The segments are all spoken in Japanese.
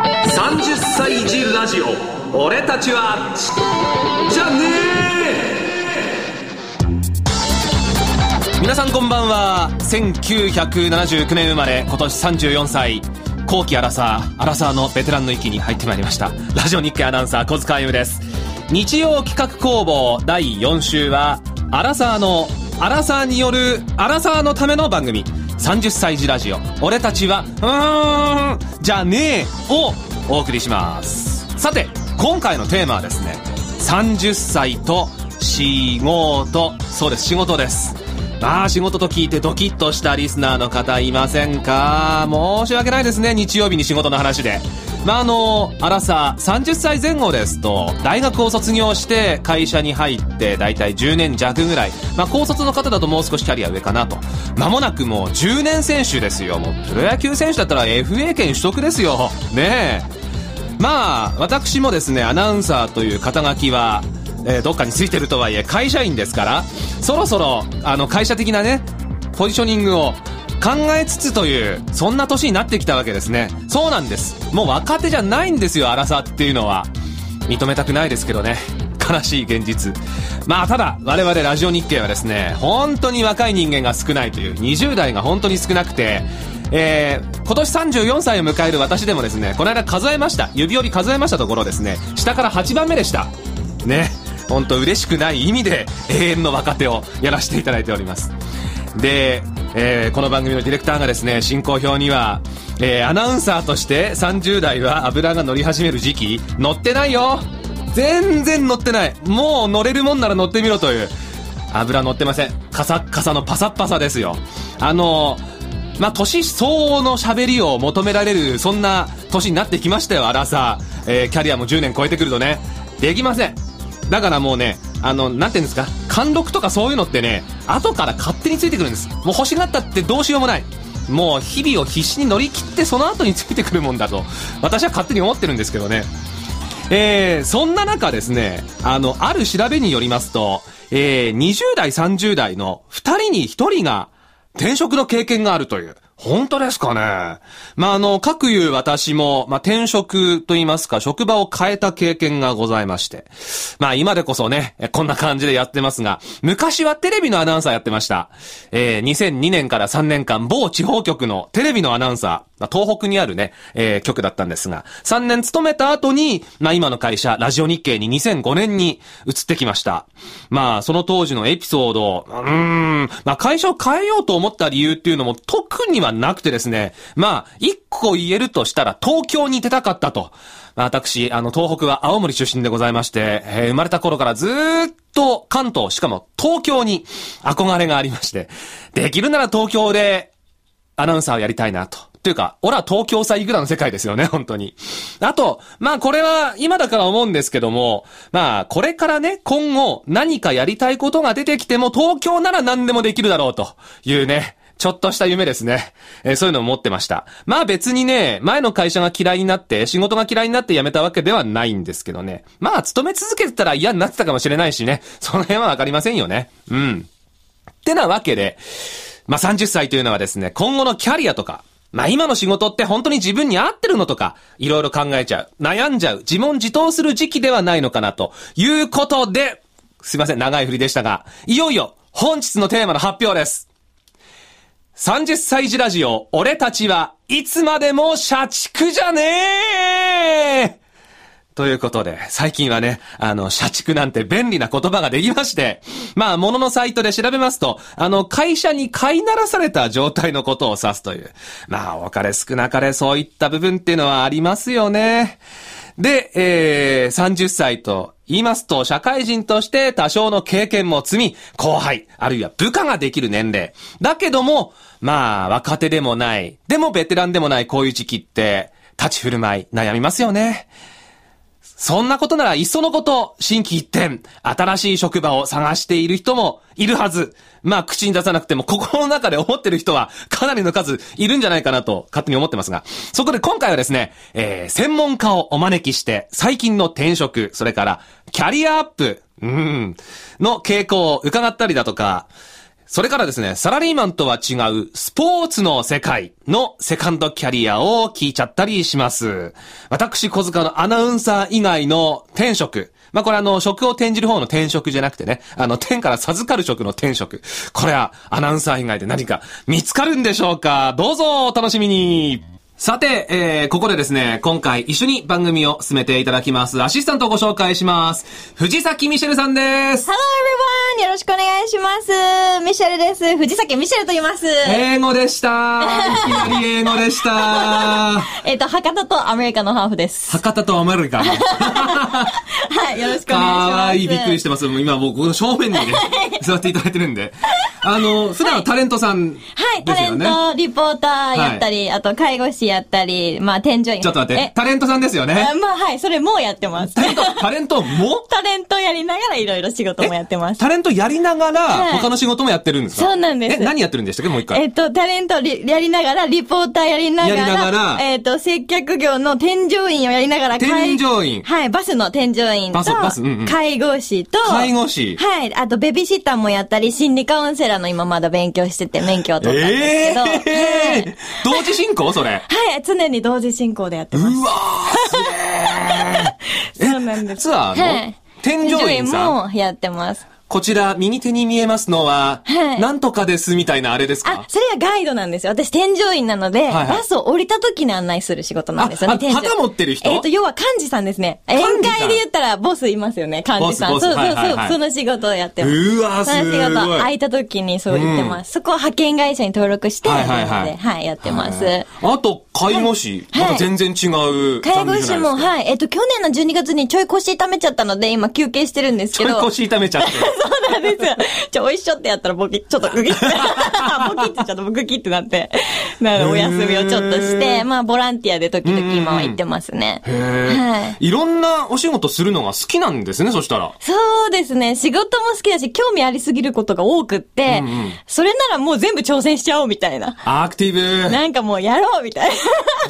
30歳児ラジオ俺たちはちじゃねー皆さんこんばんは1979年生まれ今年34歳後期アラサーアラサーのベテランの域に入ってまいりましたラジオ日経アナウンサー小塚歩です日曜企画工房第4週はアラサーのアラサーによるアラサーのための番組30歳児ラジオ俺たちはうーんじゃねえをお送りしますさて今回のテーマはですね30歳と仕事そうです仕事ですまあ仕事と聞いてドキッとしたリスナーの方いませんか申し訳ないですね日曜日に仕事の話でまああのアラサー30歳前後ですと大学を卒業して会社に入って大体10年弱ぐらいまあ高卒の方だともう少しキャリア上かなと間もなくもう10年選手ですよもうプロ野球選手だったら FA 権取得ですよねえまあ私もですねアナウンサーという肩書きは、えーどっかについてるとはいえ会社員ですからそろそろあの会社的なねポジショニングを考えつつというそんな年になってきたわけですねそうなんですもう若手じゃないんですよ荒さっていうのは認めたくないですけどね悲しい現実まあただ我々ラジオ日経はですね本当に若い人間が少ないという20代が本当に少なくてえー今年34歳を迎える私でもですねこの間数えました指折り数えましたところですね下から8番目でしたね本当嬉しくない意味で永遠の若手をやらせていただいておりますで、えーこの番組のディレクターがですね進行表には、えーアナウンサーとして30代は油が乗り始める時期乗ってないよ全然乗ってないもう乗れるもんなら乗ってみろという油乗ってませんカサッカサのパサッパサですよあのまあ、年相応の喋りを求められるそんな年になってきましたよアラサー、えーキャリアも10年超えてくるとねできませんだからもうねあのなんていうんですか貫禄とかそういうのってね後から勝手についてくるんですもう欲しがったってどうしようもないもう日々を必死に乗り切ってその後についてくるもんだと私は勝手に思ってるんですけどねえーそんな中ですね、あの、ある調べによりますと、えー20代、30代の2人に1人が転職の経験があるという。本当ですかねまあ、あの、各言う私も、まあ、転職と言いますか、職場を変えた経験がございまして。まあ、今でこそね、えこんな感じでやってますが、昔はテレビのアナウンサーやってました。えー2002年から3年間、某地方局のテレビのアナウンサー、まあ東北にあるね、えー局だったんですが、3年勤めた後に、まあ今の会社、ラジオ日経に2005年に移ってきました。まあ、その当時のエピソード、うーん、まあ会社を変えようと思った理由っていうのも特にはなくてですね、まあ、一個言えるとしたら東京に出たかったと。まあ私、あの、東北は青森出身でございまして、えー生まれた頃からずーっと関東、しかも東京に憧れがありまして、できるなら東京でアナウンサーをやりたいなと。というか、俺は東京さいくらの世界ですよね、 本当に。あと、まあこれは今だから思うんですけども、まあこれからね、今後何かやりたいことが出てきても東京なら何でもできるだろうというね、ちょっとした夢ですね。えーそういうのを持ってました。まあ別にね、前の会社が嫌いになって、仕事が嫌いになって辞めたわけではないんですけどね。まあ勤め続けてたら嫌になってたかもしれないしね。その辺はわかりませんよね。うん。ってなわけで、まあ、30歳というのはですね、今後のキャリアとか、まあ、今の仕事って本当に自分に合ってるのとか、いろいろ考えちゃう、悩んじゃう、自問自答する時期ではないのかな、ということで、すいません、長い振りでしたが、いよいよ、本日のテーマの発表です。30歳児ラジオ、俺たちはいつまでも社畜じゃねえということで、最近はね、あの、社畜なんて便利な言葉ができまして、まあ、物のサイトで調べますと、あの、会社に飼いならされた状態のことを指すという。まあ、多かれ少なかれそういった部分っていうのはありますよね。で、えー、30歳と言いますと、社会人として多少の経験も積み、後輩、あるいは部下ができる年齢。だけども、まあ、若手でもない、でもベテランでもないこういう時期って、立ち振る舞い、悩みますよね。そんなことならいっそのこと、新規一転、新しい職場を探している人もいるはず。まあ、口に出さなくても心の中で思ってる人はかなりの数いるんじゃないかなと勝手に思ってますが、そこで今回はですね、えー、専門家をお招きして、最近の転職、それからキャリアアップ、うん、の傾向を伺ったりだとか、それからですね、サラリーマンとは違うスポーツの世界のセカンドキャリアを聞いちゃったりします。私、小塚のアナウンサー以外の転職。まあ、これあの、職を転じる方の転職じゃなくてね、あの、天から授かる職の転職。これはアナウンサー以外で何か見つかるんでしょうかどうぞお楽しみにさて、えー、ここでですね、今回一緒に番組を進めていただきます。アシスタントをご紹介します。藤崎ミシェルさんです。 Hello everyone! よろしくお願いします。ミシェルです。藤崎ミシェルと言います。英語でした。いきなり英語で した。えっと、博多とアメリカのハーフです。博多とアメリカ。はい、よろしくお願いします。かわいい、びっくりしてます。もう今もうこの正面にね、座っていただいてるん で。あの、普段はタレントさんですはい、タレよンね。ト、リポーターやったり、あと介護士やったり、まあ、添乗員。ちょっと待ってえ。、タレントさんですよねあ。まあ、はい、それもうやってますタ。レント、タレント もタレントやりながらいろいろ仕事もやってます。タレントやりながら、はい他の仕事もやってるんですかそうなんですえ、何やってるんでしたっけもう一え回。っと、タレントりやりながら、リポーターやりながら、やりながらえっと、接客業の添乗員をやりながら、添乗員はい、バスの添乗員とバスバスうんうん、介護士と、介護士はい、あとベビーシッターもやったり、心理カウンセラーの今まだ勉強してて、免許を取ったんですえけど、えー 同時進行それ。はい、常に同時進行でやってうまわす。ーすげー そうなんです実はあの、はい添乗員さん。もやってます。こちら、右手に見えますのは、はいなんとかですみたいなあれですあか、それはガイドなんですよ。私、添乗員なので、いはいバスを降りた時に案内する仕事なんですよああね、添乗員旗持ってる人えっ、と、要は幹事さんですね。宴事さん会で言ったら、ボスいますよね、幹事さボん。スそうボスそうそはう、いはいはいその仕事をやってます。うわーそのす仕ご事、い空いた時にそう言ってます。そこは派遣会社に登録して、はいはいはいなのではい、やってます。あと、介護士。はいまた全然違う。介護士も、い。はい。えっと、去年の12月にちょい腰痛めちゃったので、今休憩してるんですちけょいど。腰痛めちゃって。そうなんですよ。ちょ、おいっしょってやったらボキ、ちょっと グキって、ボキってちょっとグキってなって、なのでお休みをちょっとへしーて、まあ、ボランティアで時々今は行ってますね。へえ、 はい。い。ろんなお仕事するのが好きなんですね、そしたら。そうですね。仕事も好きだし、興味ありすぎることが多くって、それならもう全部挑戦しちゃおうみたいな。アクティブ。なんかもうやろうみ たいな。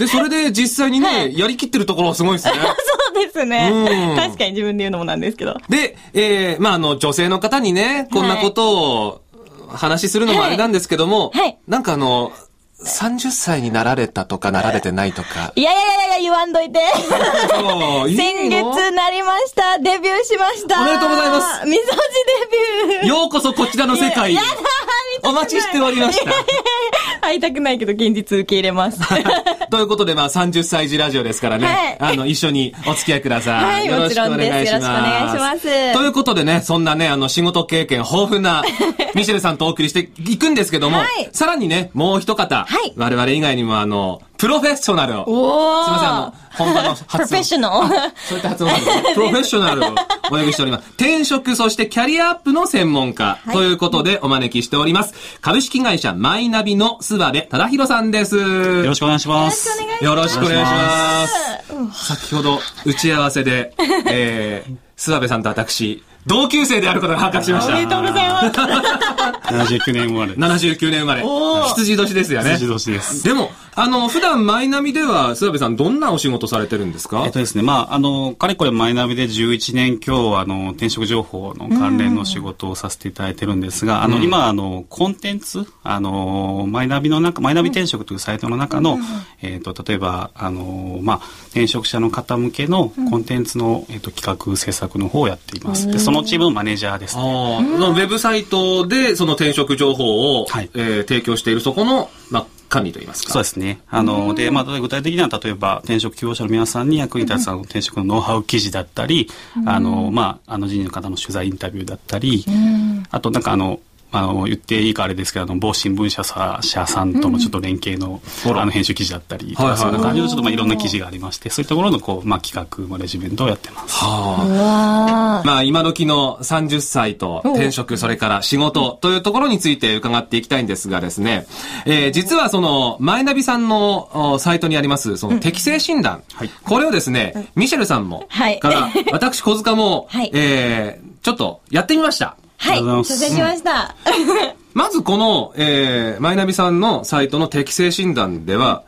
で、それで実際にね、はいやりきってるところはすごいで すね。そうですねうん。確かに自分で言うのもなんですけど。で、えー、まあ、あの、女性の方にね、こんなことを話しするのもあれなんですけども、はいはいなんかあの、30歳になられたとかなられてないとか。いやいやいやいや、言わんどいて。 そういいの先月なりました。デビューしました。おめでとうございますみそじデビュー。 ようこそこちらの世界へやだお待ちしておりました。 会いたくないけど現実受け入れます。 ということで、まあ、30歳児ラジオですからね、はいあの、一緒にお付き合いください。はいもちろんでよろしくすお願いしまよろしくお願いしますということでね、そんなね、あの、仕事経験豊富 なミシェルさんとお送りしていくんですけども、はいさらにね、もう一方、はい我々以外にもあの、プロフェッショナルを、おーすいません、あの、本場の発音。プロフェッショナル。そういった発音なんです ね。プロフェッショナルをお呼びしております。転職、そしてキャリアアップの専門家、はいということでお招きしております。株式会社マイナビの諏訪部忠宏さんです。よろしくお願いしまよろしくお願いしますす。よろしくお願いします。先ほど打ち合わせで、えー、諏訪部さんと私、同級生であることが発覚しましおめでとた。うございます。 79年生まれ。 79年生まれお。ー羊年ですよね。羊年です。でも、あの、普段マイナビでは、諏訪部さんどんなお仕事されてるんですかえっとですね、まあ、あの、かれこれマイナビで11年今日、あの、転職情報の関連の仕事をさせていただいてるんですが、あの、今、あの、コンテンツ、あの、マイナビの中、マイナビ転職というサイトの中の、えっと、例えば、あの、まあ、転職者の方向けのコンテンツの、えっと、企画、制作の方をやっています。で、そのチームのマネージャーですね。ああ、のウェブサイトでその転職情報を、はいえー提供しているそこの、まあ、管理といいますか。そうですね。あの、で、まあ、具体的には、例えば、転職希望者の皆さんに役に立つあの転職のノウハウ記事だったり、あの、まあ、あの人事の方の取材インタビューだったり、あと、なんかあの、あの、言っていいかあれですけど、あの、某新聞社さ社さんともちょっと連携の、ほらあの、編集記事だったりとはいか、はいそんな感じのちょっと、まあ、いろんな記事がありまして、そういったところの、こう、まあ、企画、マネジメントをやってます。はうわあ。まあ、今時の30歳と転職、それから仕事というところについて伺っていきたいんですがですね、えー実はその、マイナビさんのおサイトにあります、その適性診断、はいこれをですね、ミシェルさんも、は いから、私小塚も、はいえーちょっとやってみました。はい、ありがとう挑ございま戦すしました。まずこの、えーマイナビさんのサイトの適正診断では、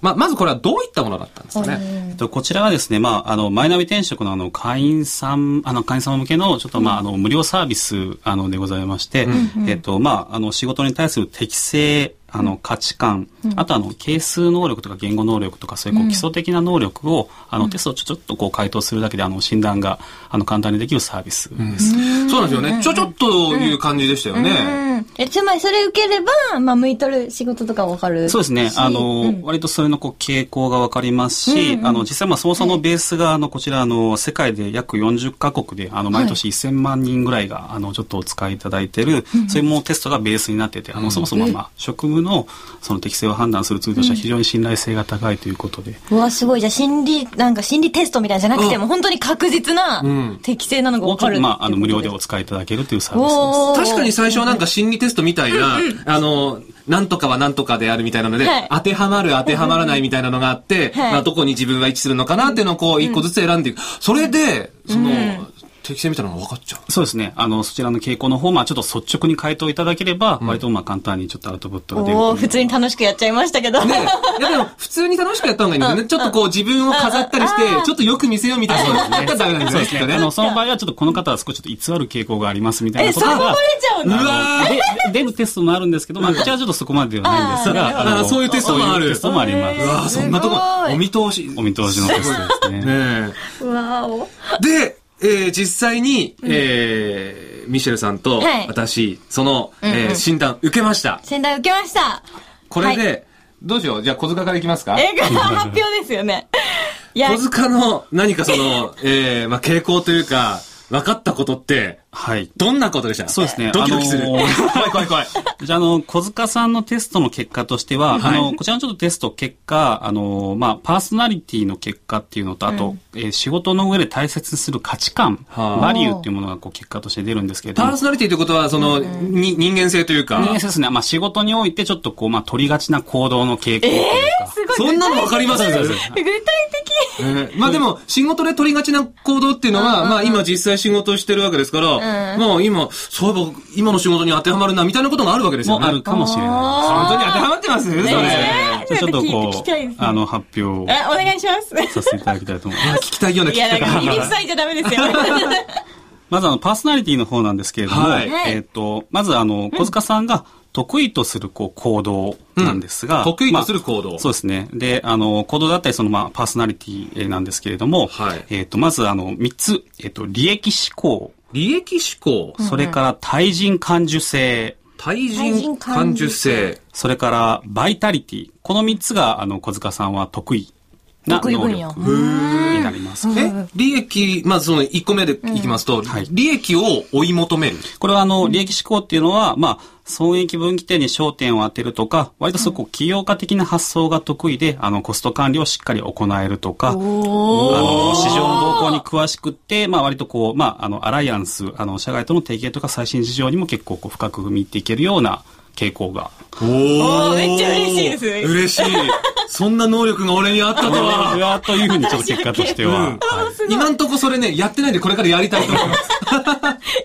まあ、まずこれはどういったものだったんですかね。えっと、こちらはですね、まあ、あの、マイナビ転職のあの、会員さん、あの、会員様向けの、ちょっと、まあ、あの、無料サービス、あの、でございまして、えっと、まあ、あの、仕事に対する適性、あの、価値観、あと、あの、係数能力とか言語能力とか、そういう、こう、基礎的な能力を、あの、テストをちょちょっと、こう、回答するだけで、あの、診断が、あの、簡単にできるサービスです。そうなんですよね。ちょちょっという感じでしたよね。うん。え、つまりそれ受ければ、まあ、向いとる仕事とかわかる。そうですね。あの、割とそれのこう傾向がわかりますし、あの、実際まあそもそもベースが、あの、こちら、あの、世界で約40カ国で、あの、毎年1000万人ぐらいが、あの、ちょっとお使いいただいてる、そういうもうテストがベースになってて、あの、そもそもまあ、職務の、その適性を判断するツールとしては非常に信頼性が高いということで、うわ、すごい。じゃあ、心理、なんか心理テストみたいじゃなくても、本当に確実なん適正なのがもわうちかょっる。とまあ、あの、無料でお使いいただけるというサービスです。おー確かに最初はなんか心理テストみたいな、あの、なんとかはなんとかであるみたいなので、はい当てはまる当てはまらないみたいなのがあって、はいまあ、どこに自分は位置するのかなっていうのをこう一個ずつ選んでいく。それで、その、適性みたいなのが分かっちゃう。そうですね。あの、そちらの傾向の方、まあ、ちょっと率直に回答いただければ、割とまあ、簡単にちょっとアウトプットが出るとお思おいます普通に楽しくやっちゃいましたけど。ねえ。いやでも、普通に楽しくやった方がいいんですよね。ちょっとこう自分を飾ったりして、ちょっとよく見せようみたいなのやったらダメなんですそうよできすっと。ねねあ。の、その場合はちょっとこの方は少しちょっと偽る傾向がありますみたい なえ、こそとこバがレ。ちゃうのうわーあので出るテストもあるんですけど、まあ、こちらはちょっとそこまでではないんですあーなるが、ほどのあーそういうテストもあるそういうテストもありまうわす。あそんなとこすご、いお見通し。お見通しのテストですね。ねうわお。えで、えー実際に、えーミシェルさんとはい私、その、えーうんうん診断受けました。先代受けました。これはい、で、どうしよう。じゃあ小塚からいきますか。映画の発表ですよね。いや、小塚の何かその、えーまあ傾向というか、分かったことって、はい。どんなことでしたそうですねドキドキする。あのー怖い怖い怖い。じゃあ、あの、小塚さんのテストの結果としてはは、いあの、こちらのちょっとテスト結果、あの、まあ、パーソナリティの結果っていうのと、あと、えー仕事の上で大切にする価値観、はあバリューっていうものがこう結果として出るんですけれどパもー、ソナリティということは、その、に人間性というか。人間性ですね。まあ、仕事においてちょっとこう、まあ、取りがちな行動の傾向というか。すごい。そんなのわかりますそうそうそ具う体的。えーまあでも、仕事で取りがちな行動っていうのは、まあ今実際仕事をしてるわけですから、うんまあ今、そういえば今の仕事に当てはまるな、みたいなことがあるわけですよもね。あるかもしれない。本当に当てはまってますね、それ。ねじゃあちょっなとんか聞いて聞こきたいですねう、あの、発表をあ、お願いします。させていただきたいと 思います。聞きたいような聞いきや、ただい。から耳塞いじゃダメ ですよ。まずあの、パーソナリティの方なんですけれども、はいはいえっ、と、まずあの、小塚さんが得意とするこう行動なんですが、得意とするまあ行動。そうですね。で、あの、行動だったり、その、まあ、パーソナリティえーなんですけれども、はいえっ、と、まず、あの、3つ、えっ、と、利益思考、利益思考、それから対人感受性、対対人人感感受受性性。それからバイタリティ、この3つが、あの、小塚さんは得意な得意能分野力になります。え、利益、まずその1個目でいきますと、はい利益を追い求める。これはあの、利益思考っていうのは、まあ、損益分岐点に焦点を当てるとか、割とそこ、企業家的な発想が得意で、あの、コスト管理をしっかり行えるとか、あの、市場の動向に詳しくって、まあ、割とこう、まあ、あの、アライアンス、あの、社外との提携とか最新事情にも結構こう、深く踏み入っていけるような傾向が、おーおーめっちゃ嬉しいです嬉しい。そんな能力が俺にあったとは。 うわーというふうにちょっと結果としては、はい今んとこそれね、やってないんでこれからやりたいと思います。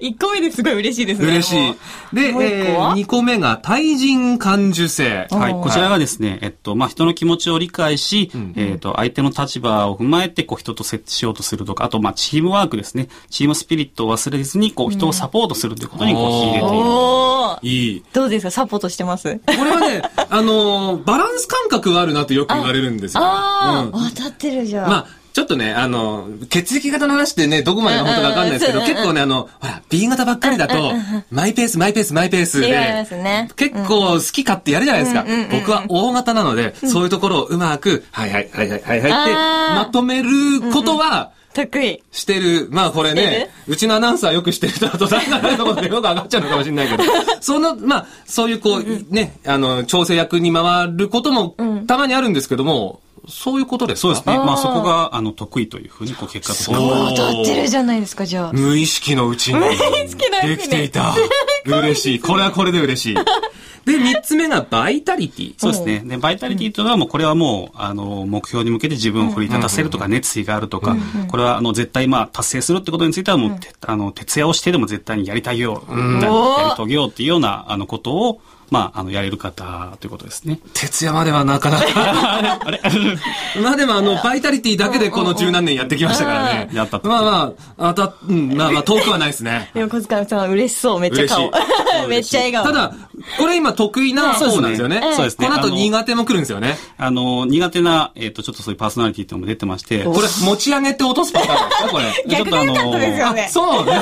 1個目ですごい嬉しいです ね。嬉しも。いうで、もう一個えーは二個目が対人感受性。はい、おーこちらがですね、えっと、まあ、人の気持ちを理解し、えっと、相手の立場を踏まえて、こう、人と接しようとするとか、あと、まあ、チームワークですね。チームスピリットを忘れずに、こう、人をサポートするということに、こう、秀でている。おーいい。どうですかサポートして ますこれはね、 あのーバランス感覚があるなってよく言われるんですよ。あうんあ、当たってるじゃん。まあ、ちょっとね、あの、血液型の話ってね、どこまでが本当かわかんないですけど、うんうんうん結構ね、あの、ほら、B 型ばっかりだと、マイペース、マイペース、マイペース言われますで、ね。結構好き勝手やるじゃないですか。僕は O 型なので、そういうところをうまく、はいはいはいはいはいはいって、あーまとめることは、得意。してる。まあこれね、うちのアナウンサーよくしてる人だと、だからのことでよく上がっちゃうのかもしれないけ ど、その、まあ、そういうこう、ね、あの、調整役に回ることも、たまにあるんですけども、そういうことですそうですね。あーまあ、そこが、あの、得意というふうに、こう、結果としてそうは。当たってるじゃないですか、じゃあ。無意識のうちに。意識のうちにできてい た。嬉しい。これはこれで嬉しい。で、三つ目がバイタリティ。そうですね。で、バイタリティというのはもう、これはもう、あの、目標に向けて自分を奮い立たせるとか、熱意があるとか、これは、あの、絶対、まあ、達成するってことについては、もう、てあの、徹夜をしてでも絶対にやりたいよう、やり遂げようっていうような、あの、ことを、まあ、あの、やれる方ということですね。徹夜まではな かなか。あれまあでもあの、バイタリティだけでこの十何年やってきましたからね。やったとまあまあ、あた、うん、まあまあ遠くはないですね。でも小塚さん嬉しそう、めっちゃ顔嬉しいそう。めっちゃ笑顔。ただ、これ今得意な方なんですよね。そうですねこのあ後の新潟も来るんですよね。あの、苦手な、えっ、と、ちょっとそういうパーソナリティっていうのも出てまして、これ持ち上げて落とすパターンですかこれ。逆が良かったですよね。あそうね逆。が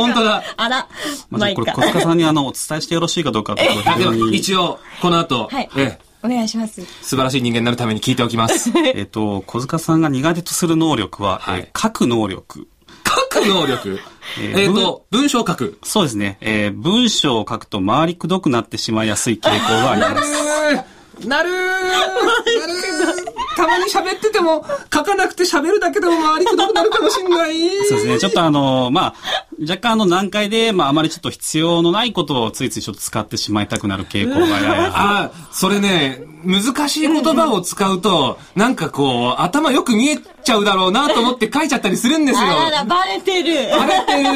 本当だ。あら、ままあ、あ、いっじゃあこれ、か小。塚さんにあの、お伝えしてよろしいかどうかっていうことあでを非常もに一応、この後、はいええお願いします。素晴らしい人間になるために聞いておきます。えっと、小塚さんが苦手とする能力は、はいえー書く能力。書く能力。えーえっと、文章を書く。そうですね。えー文章を書くと回りくどくなってしまいやすい傾向があります。 なるーなるーたまに喋ってても、書かなくて喋るだけでも回りくどくなるかもしんない。そうですね。ちょっとあの、まあ、若干あの、難解で、まあ、あまりちょっと必要のないことをついついちょっと使ってしまいたくなる傾向がやや。あ、それね、難しい言葉を使うと、なんかこう、頭よく見えちゃうだろうなと思って書いちゃったりするんですよ。あらら、バレてる。バレてる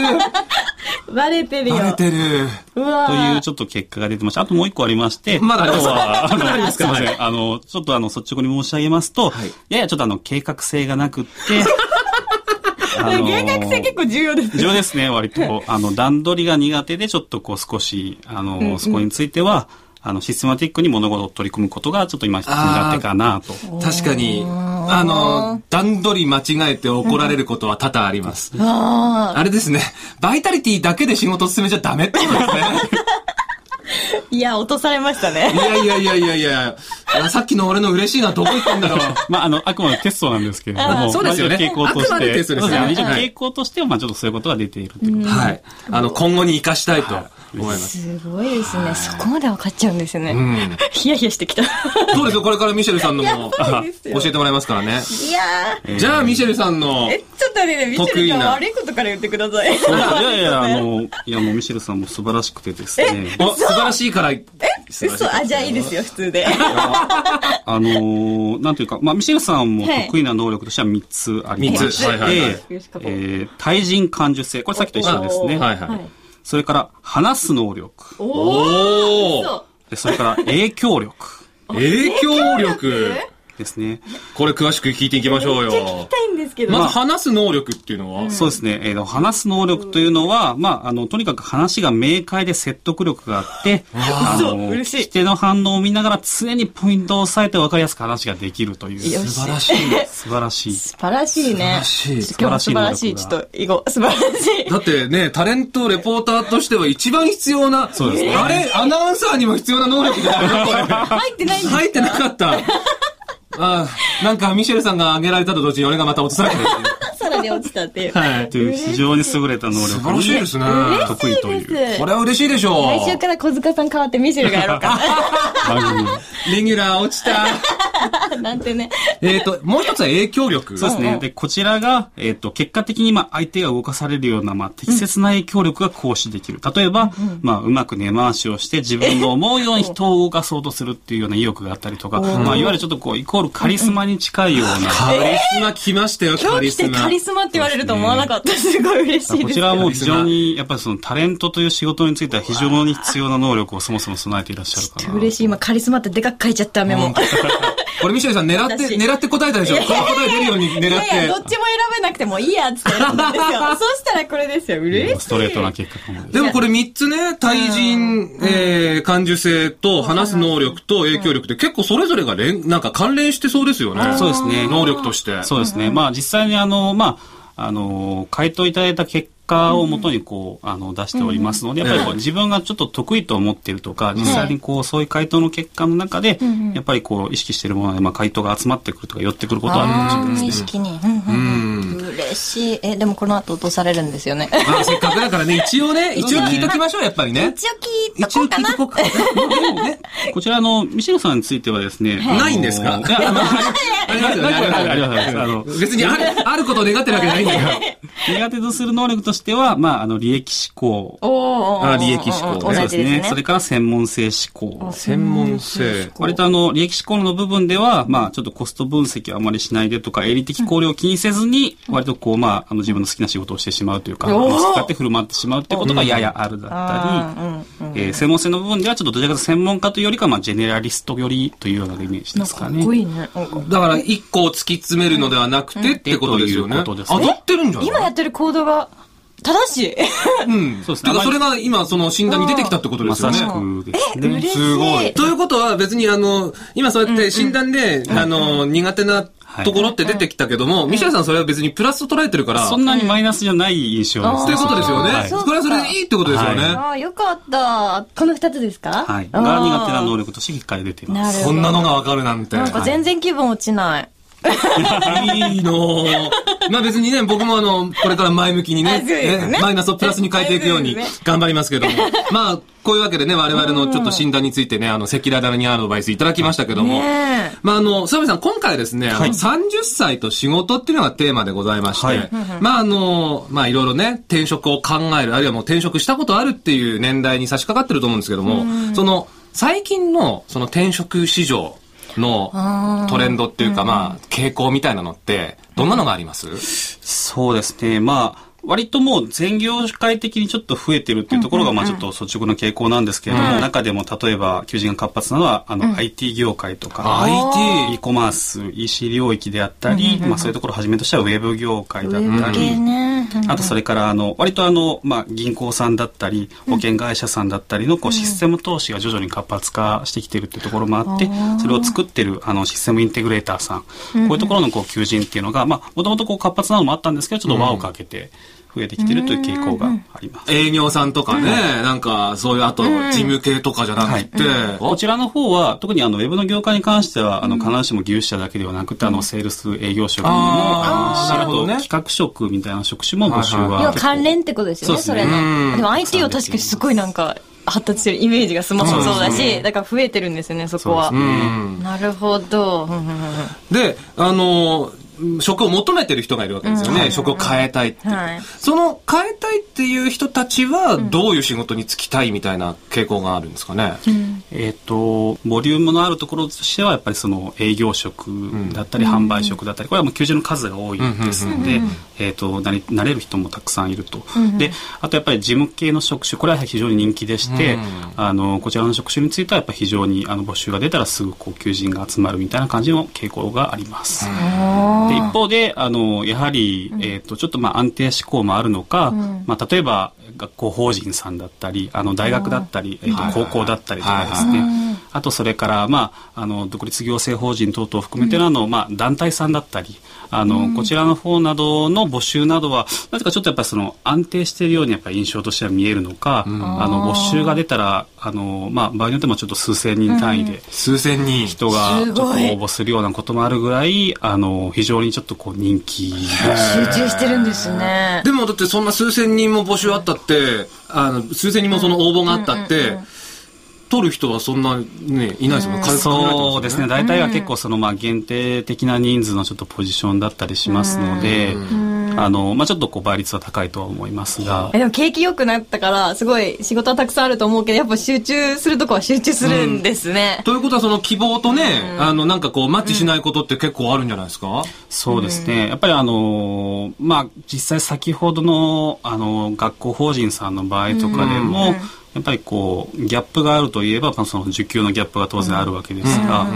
バレてるよ。バレてるうわとーいうちょっと結果が出てました。あともう一個ありまして。まだありあまとすは、あまだありの、ますすかいません。あの、ちょっとあの、率直に申し上げますと、はいい、ややちょっとあの、計画性が なくって、あの計画性結構重要です重。要ですね、割と。 あの、段取りが苦手で、ちょっとこう少し、あの、そこについては、あの、システマティックに物事を取り組むことが、ちょっと今、苦手かなと。確かに、あの、段取り間違えて怒られることは多々あります。ああれですね、バイタリティだけで仕事進めちゃダメってことですね。あ。いや、落とされましたねい。やいやいやいやいや、あさっきの俺の嬉しいなどこ行ったんだろう。まあ、あの、あくまでテストなんですけれどあも、そうですよねまあ一応傾向として。あくまでテストですねそう一応はい傾向としては、まあ、ちょっとそういうことが出ているという。はい。あの、今後に生かしたいと思います。すごいですね。そこまで分かっちゃうんですね。ヒヤヒヤしてきた。いどうですかこれからミシェルさんのもいやそうです教よえてもらいますからね。やー。じゃあ、ミシェルさんのえ、、ちょっと待ってね、ミシェ得ル意さんな悪いことから言ってください。いやいや、あの、いや、もうミシェルさんも素晴らしくてですね、お、素晴らしいから、え嘘、あ、じゃあいいですよ、普通で。あの、なんというか、まあ、ミシェルさんもはい得意な能力としては3つありま三しつはいはいはいて、えー対人感受性、これさっきと一緒ですね。はいはい。それから、話す能力。おーおー嘘でそれから、影響力影響力ですね。これ詳しく聞いていきましょうめっちゃ聞よき。たいんですけど。まず話す能力っていうのはそうですね。えーと話す能力というのは、まあ、あの、とにかく話が明快で説得力があって、あ嘘の、嬉しい聞き手の反応を見ながら常にポイントを押さえて分かりやすく話ができるという。よし素晴らしい。素晴らしい。素晴らしいね。素晴らしい今日も素晴らしい。ち素晴らしい能力がょっと、以後、素晴らしい。だってね、タレント、レポーターとしては一番必要な、そうですねあれ、アナウンサーにも必要な能力だよね、これ。入って ないんです入ってなかった。ああ、なんかミシェルさんが挙げられたと同時に俺がまた落とされてるっ ていう。さらに落ちた っていう。はい。という非常に優れた能力素晴らしいですね。得意と嬉しいいうですこ。れは嬉しいでしょう。来週から小塚さん変わってミシェルがやろうか番組。レギュラー落ち た。な。なんてね。えっと、もう一つは影響力。そうですね。で、こちらが、えっ、と、結果的に、まあ、相手が動かされるような、まあ、適切な影響力が行使できる。例えば、まあ、うまく根回しをして、自分の思うように人を動かそうとするっていうような意欲があったりとか、まあ、いわゆるちょっとこう、イコールカリスマに近いような、カリスマ来ましたよ、今カ日リ来スてマ。カリスマって言われると思わなかった。すごい嬉しいです。こちらはもう非常に、やっぱりそのタレントという仕事については非常に必要な能力をそもそも備えていらっしゃるかな。嬉しい。今、カリスマってでかく書いちゃった、メ モ。これミシェルさん狙って、私狙って答えたでしょ。この答え出るように狙って。いやいや、どっちも選べなくてもいいや、つって選んだんですよ。そうしたらこれですよ。嬉しい。ストレートな結果かもです。でもこれ3つね、対人、えー、感受性と話す能力と影響力って結構それぞれが連、なんか関連してそうですよね。そうですね能力として。そうですね。まあ実際にあの、まあ、あの、回答いただいた結果をもとにこう、あの、出しておりますので、やっぱりこう自分がちょっと得意と思っているとか、実際にこう、そういう回答の結果の中で、やっぱりこう、意識しているもので、まあ回答が集まってくるとか、寄ってくることはあるかもしれない無意識に。嬉しい。え、でもこの後落とされるんですよね。まあせっかくだからね、一応ね、一応聞いときましょう、やっぱりね。一応聞いとこうかな。こうか。ね こちらのミシェルさんについてはですね、ないんですか あのいやあのあありますよね。ありますありますああのの別にある、あることを願ってるわけじゃないんだから。苦手とする能力としては、まあ、あの、利益思考。おーおーおーおーあ利益思考同ねじそでうすね。それから専門性思考。専門性。割とあの、利益思考の部分では、まあ、ちょっとコスト分析をあまりしないでとか、営利的考慮を気にせずに、割とこう、まあ、あの、自分の好きな仕事をしてしまうというか、おー使って振る舞ってしまうってことがややあるだったり、あーうんうんえー専門性の部分では、ちょっとどちらかというと専門家というよりかは、まあ、ジェネラリストよりというようなイメージですかかね。っこいいね。だから、一個を突き詰めるのではなくてってことですよね。っていうことです当ねたってるんじゃない今やってる行動が正しい。うん。そうですねだからそれが今、その診断に出てきたってことでますよねさし。くですね。嬉しい。すごい。ということは別にあの、今そうやって診断で、あの、苦手なところって出てきたけども、ミシェルさんそれは別にプラスと捉えてるから、そといんなにマイナスじゃない印象ですうことですよね。はいそれはそれでいいってことですよね。ああ、よかった。この二つですかはい。あがー苦手な能力として結果で出ていまなす。る ほど。そんなのがわかるなんて。なんか全然気分落ちない。いいのーまあ別にね、僕もあの、これから前向きにあねそうですねねマイナスをプラスに変えていくようにそうです頑張りますけども。 まあ、こういうわけでね、我々のちょっと診断についてね、あの、赤裸々にアドバイスいただきましたけども。ねえまあ、あの、澤部さん、今回はですね、あの30歳と仕事っていうのがテーマでございまして、はいまあ、あの、まあ、いろいろね、転職を考える、あるいはもう転職したことあるっていう年代に差し掛かってると思うんですけども、その、最近の、その転職市場のトレンドっていうか、まあ、傾向みたいなのって、どんなのがあります、そうですね。まあ、割ともう全業界的にちょっと増えてるっていうところが、まあちょっと率直な傾向なんですけれども、中でも例えば求人が活発なのは、あの、IT 業界とか、e コマース、EC 領域であったり、まあそういうところをはじめとしたウェブ業界だったり、ねあとそれから、あの、割とあの、まあ、銀行さんだったり、保険会社さんだったりの、こう、システム投資が徐々に活発化してきてるっていうところもあって、それを作ってる、あの、システムインテグレーターさん、こういうところの、こう、求人っていうのが、まあ、もともとこう、活発なのもあったんですけど、ちょっと輪をかけて、増えてきてるという傾向があります。営業さんとかね、なんか、そういう、あと、事務系とかじゃなくて、こちらの方は、特にあの、ウェブの業界に関しては、あの、必ずしも技術者だけではなくて、あの、セールス営業職にもあーありますし、なあるほどと、ね企画職みたいな職種も募集は。要は関連ってことですよね、そそうですねれの。でも IT うをん確かにすごいなんか発達してるイメージがスマホもそうだし、だから増えてるんですよね、そこは。うんなるほど。うんうんうんで、あのー職を求めてる人がいるわけですよね。職を変えたいっていう、はいその変えたいっていう人たちは、どういう仕事に就きたいみたいな傾向があるんですかね。えっ、と、ボリュームのあるところとしては、やっぱりその営業職だったり、販売職だったり、これはもう求人の数が多いですので、えっ、と、なり、なれる人もたくさんいると。で、あとやっぱり事務系の職種、これは非常に人気でして、あの、こちらの職種については、やっぱ非常に、あの、募集が出たらすぐ、こう、求人が集まるみたいな感じの傾向があります。で一方で、あの、やはり、えっ、と、ちょっとまあ安定志向もあるのか、まあ例えば、学校法人さんだったり、あの、大学だったり、えーと高校だったりとかですね。あとそれから、まあ、あの独立行政法人等々を含めてのあの、まあ、団体さんだったりあの、こちらの方などの募集などはなぜかちょっとやっぱりその安定しているようにやっぱり印象としては見えるのか、あの募集が出たらあの、まあ、場合によってもちょっと数千人単位で数千人。人がちょすっと応ごい募するようなこともあるぐらいあの非常にちょっとこう人気集中してるんですね。でもだってそんな数千人も募集あったって、あの、数千人もその応募があったって、取る人はそんなね、いないですもんね。数限られてますよそうですね。大体は結構そのまあ限定的な人数のちょっとポジションだったりしますので、あの、まあちょっとこう倍率は高いとは思いますがえ、、でも景気良くなったから、すごい仕事はたくさんあると思うけど、やっぱ集中するとこは集中するんですね。ということはその希望とね、あの、なんかこう、マッチしないことって結構あるんじゃないですか、そうですね。やっぱりあの、まあ実際先ほどの、あの、学校法人さんの場合とかでも、やっぱりこう、ギャップがあるといえば、まあ、その受給のギャップが当然あるわけですが、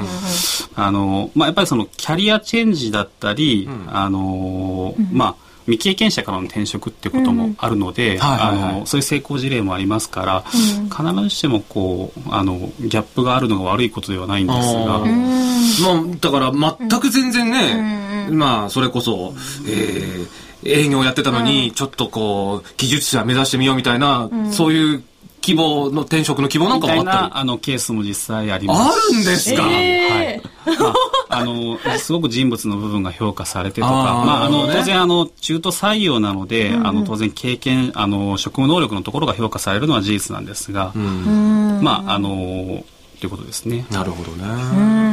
あの、まあ、やっぱりそのキャリアチェンジだったり、あの、まあ、未経験者からの転職ってこともあるので、はいはいはいあのそういう成功事例もありますから、必ずしもこうあのギャップがあるのが悪いことではないんですが、あーまあ、だから全く全然ね、まあ、それこそ、えー、営業やってたのに、ちょっとこう、技術者目指してみようみたいな、そういう希望の、転職の希望なんみかたいもあっなたあのケースも実際ありり。あますしるんですか、はいまあ、あのすごく人物の部分が評価されてとかあーまあ、あなるほのどね当然あの中途採用なので、あの当然経験あの職務能力のところが評価されるのは事実なんですが、まああのということですね。なるほどね。う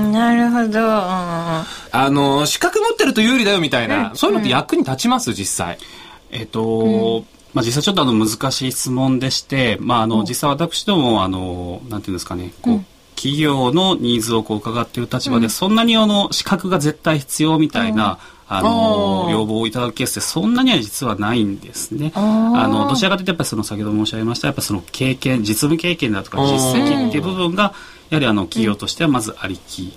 ん、なるほど。うんあの、資格持ってると有利だよみたいな、そういうのって役に立ちます、実際。えっと、まあ、実際ちょっとあの難しい質問でして、まあ、あの実際私どもあのなんていうんですかねこう、企業のニーズをこう伺っている立場で、そんなにあの資格が絶対必要みたいな、あのあー要望をいただくケースってそんなには実はないんですね。あのどちらかというとやっぱりその先ほど申し上げましたやっぱその経験実務経験だとかあー実績っていう部分がやはりあの企業としてはまずありき。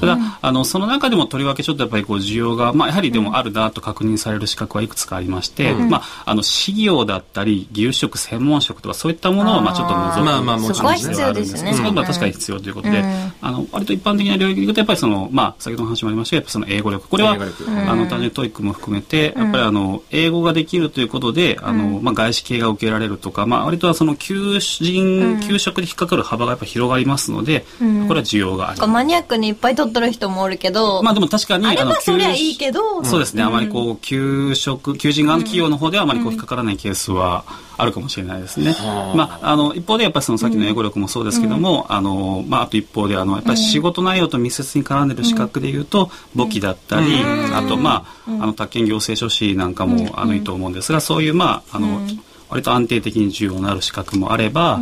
ただ、あのその中でもとりわけちょっとやっぱりこう需要が、まあ、やはりでもあるなと確認される資格はいくつかありまして、まあ、あの私業だったり技術職専門職とかそういったものはまあちょっと除くまあまあもちろんね必要はあるんですけそこは必要ですどそこねはまあ確かに必要ということで、うんあの割と一般的な領域で言うとやっぱりその、まあ、先ほどの話もありましたけどやっぱその英語力これは英語力あの単純にトイックも含めてやっぱりあの英語ができるということであの、まあ、外資系が受けられるとか、まあ、割とはその求人求職で引っかかる幅がやっぱ広がりますので、これは需要がありなんかます。マニアックにいっぱい取っとる人もおるけど、まあでも確かに、あればのそりゃいいけど、そうですね、あまりこう、給食、求人側の企業の方ではあまりこう、引っかからないケースはあるかもしれないですね。まあ、あの、一方で、やっぱりそのさっきの英語力もそうですけども、あの、まあ、あと一方で、あの、やっぱり仕事内容と密接に絡んでる資格で言うと、簿記だったり、あと、まあ、あの、宅建行政書士なんかも、あの、いいと思うんですが、そういう、まあ、あの、割と安定的に重要のある資格もあれば、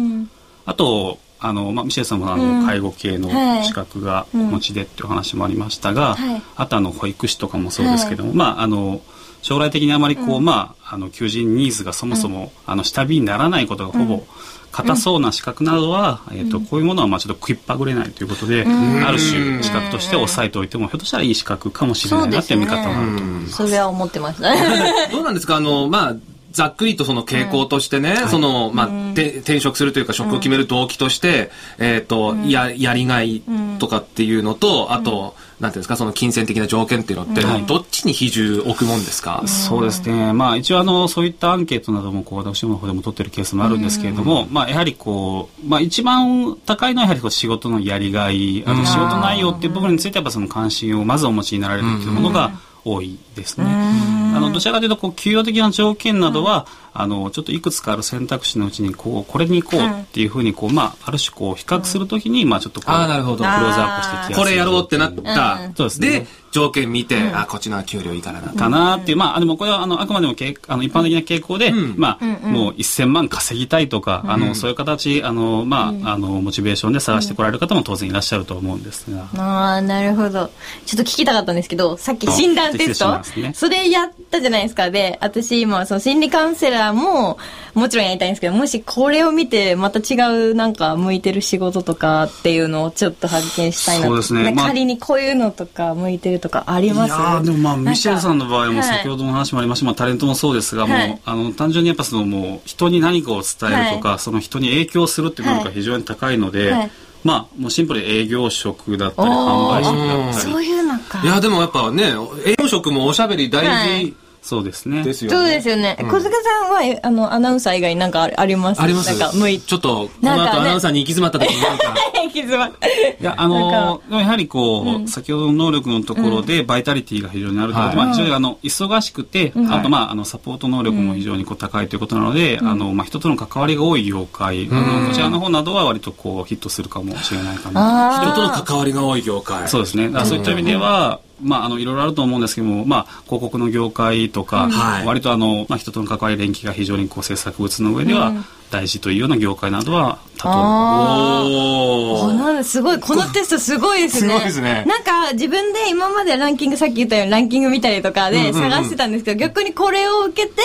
あと、あの、まあ、ミシェルさんも、あの、介護系のはい資格がお持ちでっていう話もありましたが、はいあとあの保育士とかもそうですけども、まああの将来的にあまりこう、まああの求人ニーズがそもそも、あの下火にならないことがほぼ硬そうな資格などは、えっとこういうものはまあちょっと食いっぱぐれないということで、ある種資格として押さえておいてもひょっとしたらいい資格かもしれないなっていう見方もあると思います。それは思ってま したね。 どうなんですかあの、まあ、ざっくりとその傾向としてね、その、まあ、て転職するというか職を決める動機として、えっ、と、や、やりがいとかっていうのと、あと、なんていうんですか、その金銭的な条件っていうのって、はいどっちに比重置くもんですか、そうですね、まあ、一応あのそういったアンケートなどもこう私どもの方でも取ってるケースもあるんですけれども、まあ、やはりこう、まあ、一番高いのはやはりこう仕事のやりがいあと仕事内容っていう部分についてはやっぱその関心をまずお持ちになられるっていうものが多いですね。あのどちらかというとこう給与的な条件などは、あのちょっといくつかある選択肢のうちにこうこれに行こうっていうふうにこう、まあ、ある種こう比較するときに、まあ、ちょっとこうあーなるほどクローズアップしてきやすいこれやろうってなった。んそうですねで、条件見て、あ、こっちのは給料いいからな。かなっていう、まあ、でもこれはあのあくまでもけいあの一般的な傾向で、まあ、もう1000万稼ぎたいとか、あのそういう形あの、まああのモチベーションで探してこられる方も当然いらっしゃると思うんですが、ああ、なるほど。ちょっと聞きたかったんですけど、さっき診断テスあトテストしますねそれやったじゃないですか。で、私今、その心理カウンセラーも、もちろんやりたいんですけど、もしこれを見て、また違うなんか向いてる仕事とかっていうのをちょっと発見したいなとそうですねなんかまあ仮にこういうのとか向いてるとかありますいやーでもまあなんかミシェルさんの場合もはい先ほどの話もありました、まあ、タレントもそうですが、はいもうあの単純にやっぱそのもう人に何かを伝えるとか、その人に影響するっていう能力が非常に高いので、はいまあもうシンプルに営業職だったりおー販売職だったりそういうのかい。や、でもやっぱね、栄養食もおしゃべり大事そうですねですよね。そうですよね。小塚さんは、えあの、アナウンサー以外になんかありありますありますなんか、向いて。ちょっと、このなんか後ねアナウンサーに行き詰まった時になんか、気づまいや、あのー、でもやはりこう、先ほどの能力のところで、バイタリティが非常にあるということで、はいまあ、非常にあの、忙しくて、あと、まあ、あの、サポート能力も非常にこう高いということなので、あの、まあ、人との関わりが多い業界、あのこちらの方などは割とこう、ヒットするかもしれないか な。あ人との関わりが多い業界。そうですね。だからそういった意味では、まあ、あの、いろいろあると思うんですけども、まあ、広告の業界とか、はい割とあの、まあ、人との関わり連携が非常にこう、制作物の上では、大事というような業界などは多々おーあなんだすごい、このテストすごいですすね。ごいですねなんか、自分で今までランキング、さっき言ったようにランキング見たりとかで探してたんですけど、逆にこれを受けて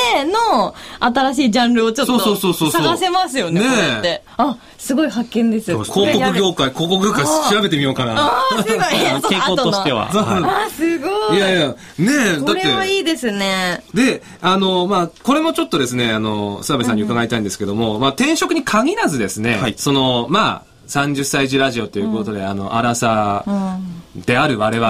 の新しいジャンルをちょっそうそうそうそとうそう探せますよね、ねこえれって。あ、すごい発見です。広広告業界、広告業界調べてみようかな。ああ、すごい。そ 傾の向後とのして。は。はいああ、すごい。いやいや、ねえ、だこっれはて。いいですね。で、あの、まあ、これもちょっとですね、あの、澤部さんに伺いたいんですけども、まあ、転職に限らずですね、はいその、まあ、30歳児ラジオということで、あの、アラサーである我々、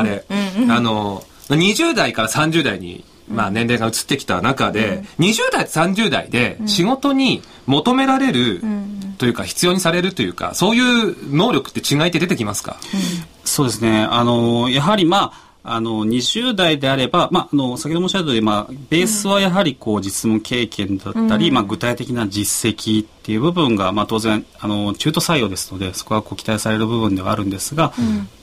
あの、20代から30代に、まあ、年齢が移ってきた中で、20代、30代で仕事に求められる、というか、必要にされるというか、そういう能力って違いって出てきますか、そうですね。あの、やはりまあ、あの、20代であれば、まあ、あの、先ほど申し上げた通り、まあ、ベースはやはりこう、実務経験だったり、まあ、具体的な実績っていう部分が、まあ、当然、あの、中途採用ですので、そこはこう、期待される部分ではあるんですが、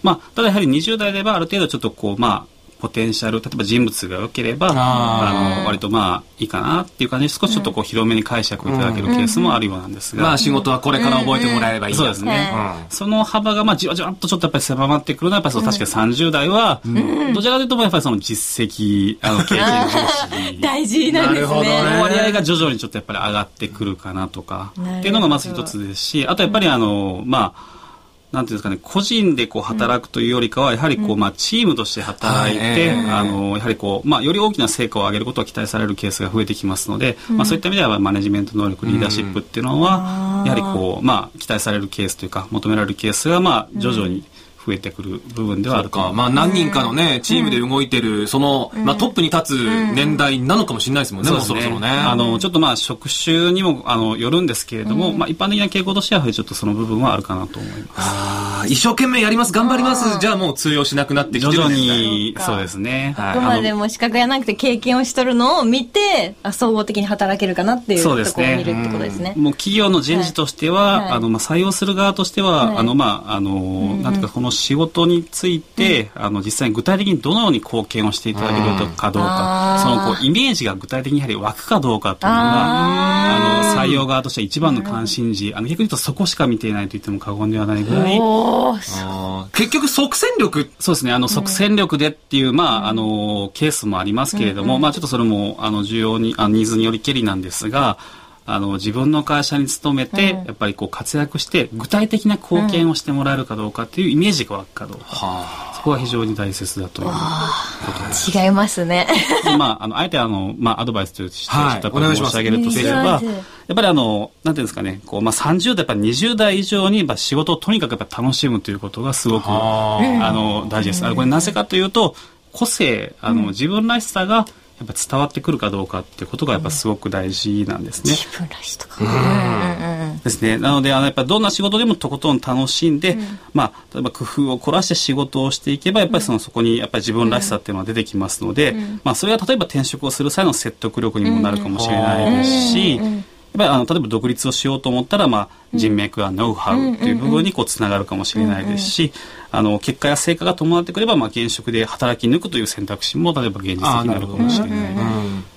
まあ、ただやはり20代ではある程度ちょっとこう、まあ、ポテンシャル、例えば人物が良ければ、あの、割とまあ、いいかなっていう感じで、少しちょっとこう、広めに解釈をいただけるケースもあるようなんですが。まあ仕事はこれから覚えてもらえればいいんだそうですね、はその幅がまあじわじわっとちょっとやっぱり狭まってくるのはやっぱりそう確かに30代は、どちらかというとやっぱりその実績あの経験重視大事なんでなるすほどね。ねの割合が徐々にちょっとやっぱり上がってくるかなとかなるほどっていうのがまず一つですしあとやっぱりあの、まあなんていうんですかね、個人でこう働くというよりかは、やはりこう、まあ、チームとして働いて、はいあの、やはりこう、まあ、より大きな成果を上げることが期待されるケースが増えてきますので、まあ、そういった意味では、マネジメント能力、リーダーシップっていうのは、やはりこう、まあ、期待されるケースというか、求められるケースが、まあ、徐々に増えてくる部分ではあとると思か、いままあ何人かのね、チームで動いてる、その、まあトップに立つ年代なのかもしれないですもんね、そうもうですそろねそろね。あの、ちょっとまあ、職種にも、あの、よるんですけれども、まあ、一般的な傾向としては、やはりちょっとその部分はあるかなと思います。あー一生懸命やります、頑張ります、じゃあもう通用しなくなってきて徐る々年代に、そうですね。はあいくまであのも資格やなくて経験をしとるのを見て、あ総合的に働けるかなっていうそうですところをね見るってことですね。もう企業の人事としては、はいあのまあ、採用する側としては、はいあのまああの、なんていうかこの仕事について、あの実際に具体的にどのように貢献をしていただけるかどうあーか、そのこうイメージが具体的にやはり湧くかどうかというのあが、あの採用側としては一番の関心事、あの逆に言うとそこしか見ていないと言っても過言ではないぐらい。おーあー結局即戦力、そうですね。あの、即戦力でっていう、まあ、あの、ケースもありますけれども、まあ、ちょっとそれも、あの、需要に、あニーズによりけりなんですが、あの、自分の会社に勤めて、やっぱりこう、活躍して、具体的な貢献をしてもらえるかどうかっていうイメージが湧くかどうか。そこは非常に大切だという。違いますね。 まあ、あの、あえて、あの、まあ、アドバイスとして、はいちょっとやっぱり申し上げるとすおれば、や願いっしますぱりあの、なんていうんですかね、こう、まあ、30代、やっぱり20代以上に、やっぱ仕事をとにかくやっぱ楽しむということがすごく、あーあの、大事です。あのこれなぜかというと、個性、あの、自分らしさが、やっぱ伝わってくるかどうかっていうことがやっぱすごく大事なんですね。自分らしいとか。うんうんうんですね。なので、あの、やっぱどんな仕事でもとことん楽しんで、まあ、例えば工夫を凝らして仕事をしていけば、やっぱりその、そこに、やっぱり自分らしさっていうのは出てきますので、まあ、それが例えば転職をする際の説得力にもなるかもしれないですし、やっぱりあの例えば独立をしようと思ったら、まあ、人脈やノウハウっていう部分にこうつながるかもしれないですし、あの結果や成果が伴ってくれば、まあ、現職で働き抜くという選択肢も例えば現実的になるかもしれない。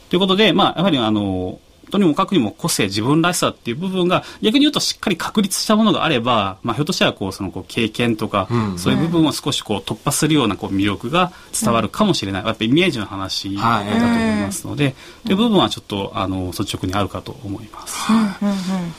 ということで、まあ、やはりあの、とにもかくにも個性、自分らしさっていう部分が、逆に言うとしっかり確立したものがあれば、まあ、ひょっとしたら、こう、その、こう、経験とか、そういう部分を少し、こう、突破するような、こう、魅力が伝わるかもしれない。やっぱイメージの話だと思いますので、という部分はちょっと、あの、率直にあるかと思います。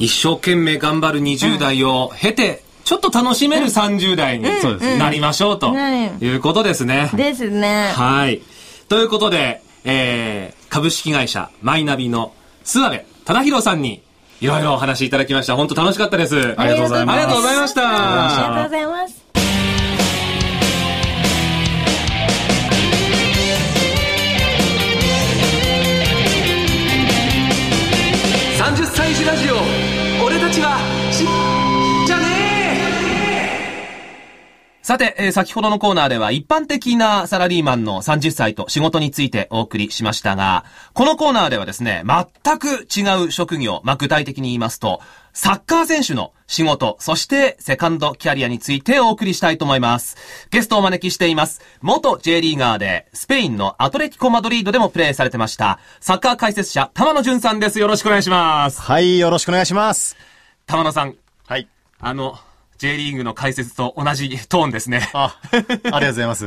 一生懸命頑張る20代を経て、ちょっと楽しめる30代にそうですねなりましょうとうんいうことですね。ですね。 はい。ということで、えー、株式会社マイナビの諏訪部忠宏さんにいろいろお話いただきました。本当楽しかったです。ありがとうございますありがとうございましありがとうた。ございます。 30歳児ラジオ俺たちはしじゃねさて、えー先ほどのコーナーでは一般的なサラリーマンの30歳と仕事についてお送りしましたが、このコーナーではですね、全く違う職業、まあ、具体的に言いますと、サッカー選手の仕事、そしてセカンドキャリアについてお送りしたいと思います。ゲストをお招きしています。元 J リーガーで、スペインのアトレティコ・マドリードでもプレーされてました、サッカー解説者、玉野淳さんです。よろしくお願いします。はい、よろしくお願いします。玉野さん、はい。あの、J リーグの解説と同じトーンですね。あ、ありがとうございます。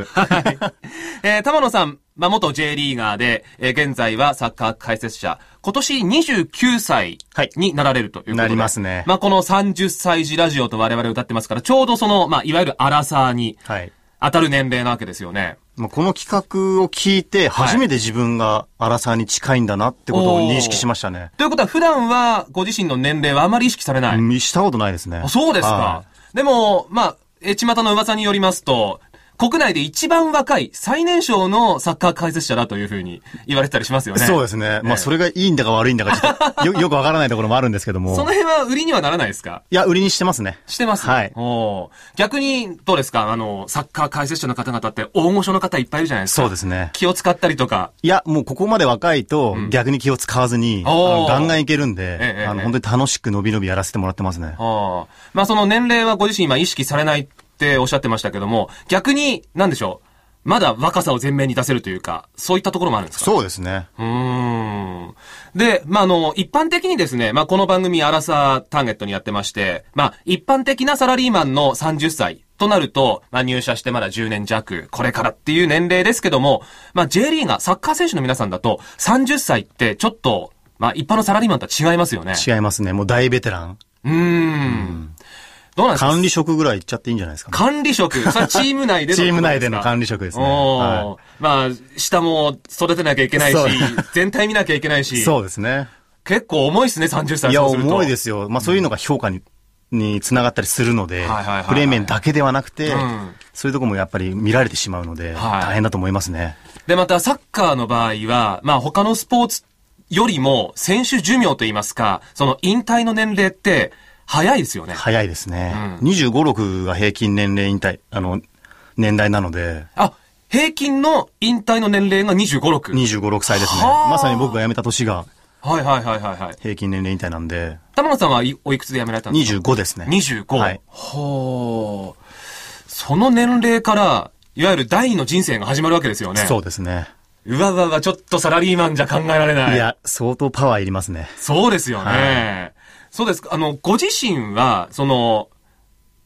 えー、玉野さん、まあ、元 J リーガーで、えー現在はサッカー解説者、今年29歳はいになられるということで、なりますねまあ、この30歳児ラジオと我々歌ってますから、ちょうどその、まあ、いわゆるアラサーに、はい。当たる年齢なわけですよね。もうこの企画を聞いて、初めて自分が荒さに近いんだなってことを認識しましたね。ということは、普段はご自身の年齢はあまり意識されない。うんしたことないですねあ。そうですか。はでも、まあ、えー、巷の噂によりますと、国内で一番若い最年少のサッカー解説者だというふうに言われてたりしますよね。そうですね。まあ、それがいいんだか悪いんだか、ちょっとよ、よ くわからないところもあるんですけどそのも。辺は売りにはならないですかいや、売りにしてますね。してますはいおー逆に、どうですかあの、サッカー解説者の方々って大御所の方いっぱいいるじゃないですか。そうですね気を使ったりとか。いや、もうここまで若いと、逆に気を使わずに、あおーのガンガンいけるんで、ええあえの、え本当に楽しく伸び伸びやらせてもらってますね。ああ。まあその年齢はご自身今意識されないっておっしゃってましたけども、逆に、なんでしょう。まだ若さを前面に出せるというか、そういったところもあるんですかそうですね。うーん。で、まあ、あの、一般的にですね、まあ、この番組、アラサーターゲットにやってまして、まあ、一般的なサラリーマンの30歳となると、まあ、入社してまだ10年弱、これからっていう年齢ですけども、まあ、J リーガー、サッカー選手の皆さんだと、30歳ってちょっと、まあ、一般のサラリーマンとは違いますよね。違いますね。もう大ベテラン。うーん。どうなんですか管理職ぐらいいっちゃっていいんじゃないですかね、管理職。それはチーム内でのチーム内での管理職ですねおーはまあ、下も育てなきゃいけないしそう、全体見なきゃいけないし。そうですね。結構重いですね、30歳いや、そうすると。重いですよ。まあ、そういうのが評価に、につながったりするのではいはいはいはい、プレー面だけではなくて、んそういうとこもやっぱり見られてしまうので、はい大変だと思いますね。で、またサッカーの場合は、まあ他のスポーツよりも選手寿命といいますか、その引退の年齢って早いですよね。早いですね。う25、6が平均年齢引退、あの、年代なので、あ、平均の引退の年齢が25、6。 25、6歳ですね。はあまさに僕が辞めた年がはいはいはいはいはい。平均年齢引退なんで、玉野さんはいおいくつで辞められたんですか25ですね。 25。はいほう。その年齢から、いわゆる第二の人生が始まるわけですよね。そうですね。う。わうわうわ、ちょっとサラリーマンじゃ考えられない。いや、相当パワーいりますね。そうですよね。そうですか。あの、ご自身は、その、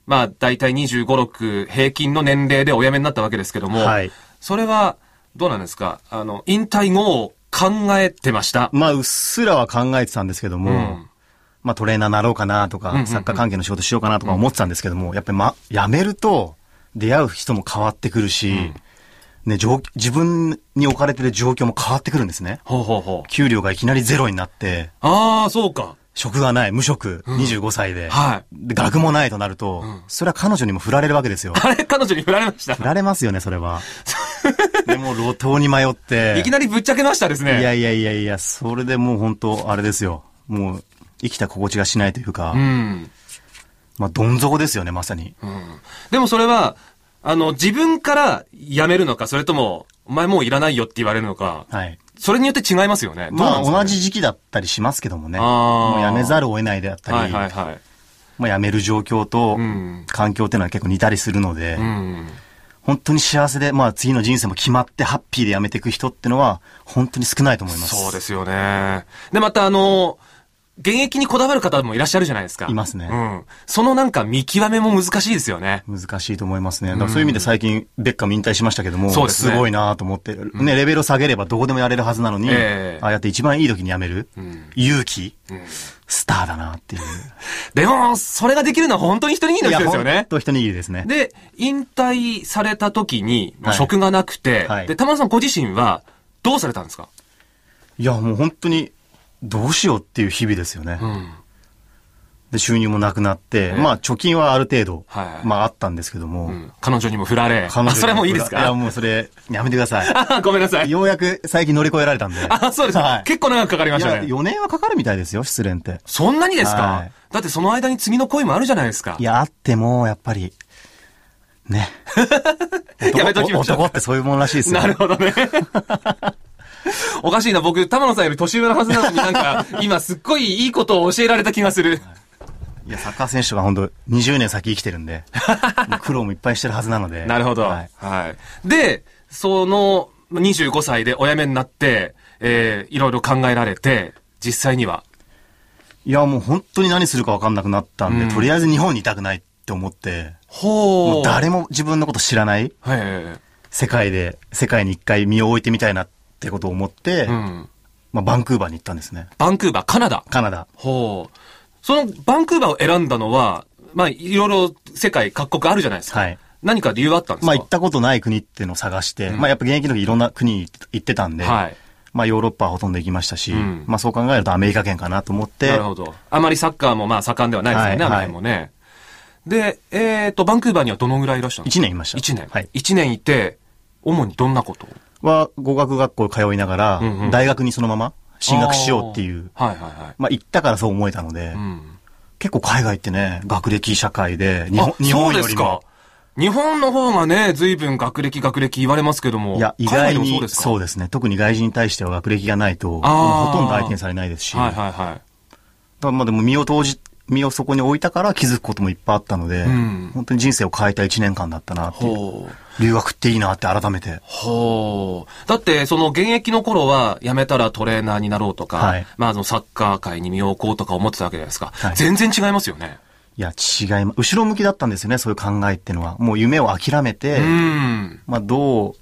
まあ、大体25、6平均の年齢でお辞めになったわけですけども、はいそれは、どうなんですかあの、引退後を考えてました。まあ、うっすらは考えてたんですけども、うんまあ、トレーナーなろうかなとか、んうんサッカー関係の仕事しようかなとか思ってたんですけども、やっぱり、ま、辞めると、出会う人も変わってくるし、ね、状自分に置かれてる状況も変わってくるんですね。ほうほうほう。給料がいきなりゼロになって、ああ、そうか。職がない、無職、25歳で、はいで学もないとなると、それは彼女にも振られるわけで すよ。あれ、彼女に振られました振。られますよね、そ れは。でもう路頭に迷って。いきなりぶっちゃけましたですね。いやいやいやいや、それでもう本当、あれですよ。もう、生きた心地がしないというか、うん。まあ、どん底ですよね、まさに。でもそれは、あの、自分から辞めるのか、それとも、お前もういらないよって言われるのか、はい。それによって違いますよね。どうまなあ、んですかね同じ時期だったりしますけどもね。あーもう辞めざるを得ないであったり、はいはいはい。まあ、辞める状況とん、環境っていうのは結構似たりするので、うん。本当に幸せで、まあ、次の人生も決まって、ハッピーで辞めていく人ってのは、本当に少ないと思います。そうですよね。で、またあの、現役にこだわる方もいらっしゃるじゃないですか。いますねうん。そのなんか見極めも難しいですよね。難しいと思いますね。だからそういう意味で最近、ベッカム引退しましたけども、そうですすねごいなと思って、ね、レベルを下げればどこでもやれるはずなのに、ええああやって一番いい時にやめる、勇気、スターだな っていう。でも、それができるのは本当に一人にの人ですよほんね。と一握りですね。で、引退された時に、はい職がなくて、はいで、玉野さんご自身は、どうされたんですかいや、もう本当に、どうしようっていう日々ですよね。んで、収入もなくなって、まあ、貯金はある程度、はいまあ、あったんですけども、うん彼女にも振られ。彼女あそれはもういいですいや、かもうそれ、やめてくださ い。あごめんなさい。ようやく最近乗り越えられたんで。あ、そうですはかい。結構長くかかりまいしたや、ね。 4年はかかるみたいですよ、失恋って。そんなにですはかいだってその間に次の恋もあるじゃないですかい。や、あっても、やっぱり、 ね。男やめときましょう男ってそういうもんらしいですよ。なるほどね。おかしいな、僕、玉野さんより年上のはずなのになんか、今すっごいいいことを教えられた気がする。いや、サッカー選手が本当20年先生きてる んで、もう苦労もいっぱいしてるはずなので。 なるほど。ははいい。で、その、25歳でお辞めになって、えー、いろいろ考えられて、実際には。いや、もう本当に何するか分かんなくなったんで、とりあえず日本にいたくないって思って、もほう誰も自分のこと知らないはいはいはい。世界で、世界に一回身を置いてみたいなってことを思って、うん。まあ、バンクーバーに行ったんですね。バンクーバー、カナダ。カナダ。ほう。その、バンクーバーを選んだのは、まあ、いろいろ世界各国あるじゃないですか。はい何か理由はあったんですかまあ、行ったことない国っていうのを探して、まあ、やっぱ現役の時いろんな国に行ってたんで、はいまあ、ヨーロッパはほとんど行きましたし、んまあ、そう考えるとアメリカ圏かなと思ってなる、ほど。あまりサッカーもまあ盛んではないですよね、はいあの辺もね。で、えっ、と、バンクーバーにはどのぐらいいらしたの1年いました。一年。はい。一年いて、主にどんなことをは、語学学校通いながら、んうん大学にそのまま進学しようっていう、あーはいはいはい。まあ行ったからそう思えたので、うん。結構海外ってね、学歴社会で、日本あ日そ本うでよりすもか。。日本の方がね、随分学歴学歴言われますけども。いや、意海外外でもにそうですかそうですね。特に外人に対しては学歴がないと、ほあーとんど相手にされないですし、はいはいはい。だからまあでも身を投じ、身をそこに置いたから気づくこともいっぱいあったので、うん本当に人生を変えた1年間だったなっていう。ほう。留学っていいなって改めて。ほう。だって、その現役の頃は、辞めたらトレーナーになろうとか、はいまあ、そのサッカー界に身を置こうとか思ってたわけじゃないですか。はい全然違いますよね。いや、違いま、後ろ向きだったんですよね、そういう考えっていうのは。もう夢を諦めて、うん。まあどう、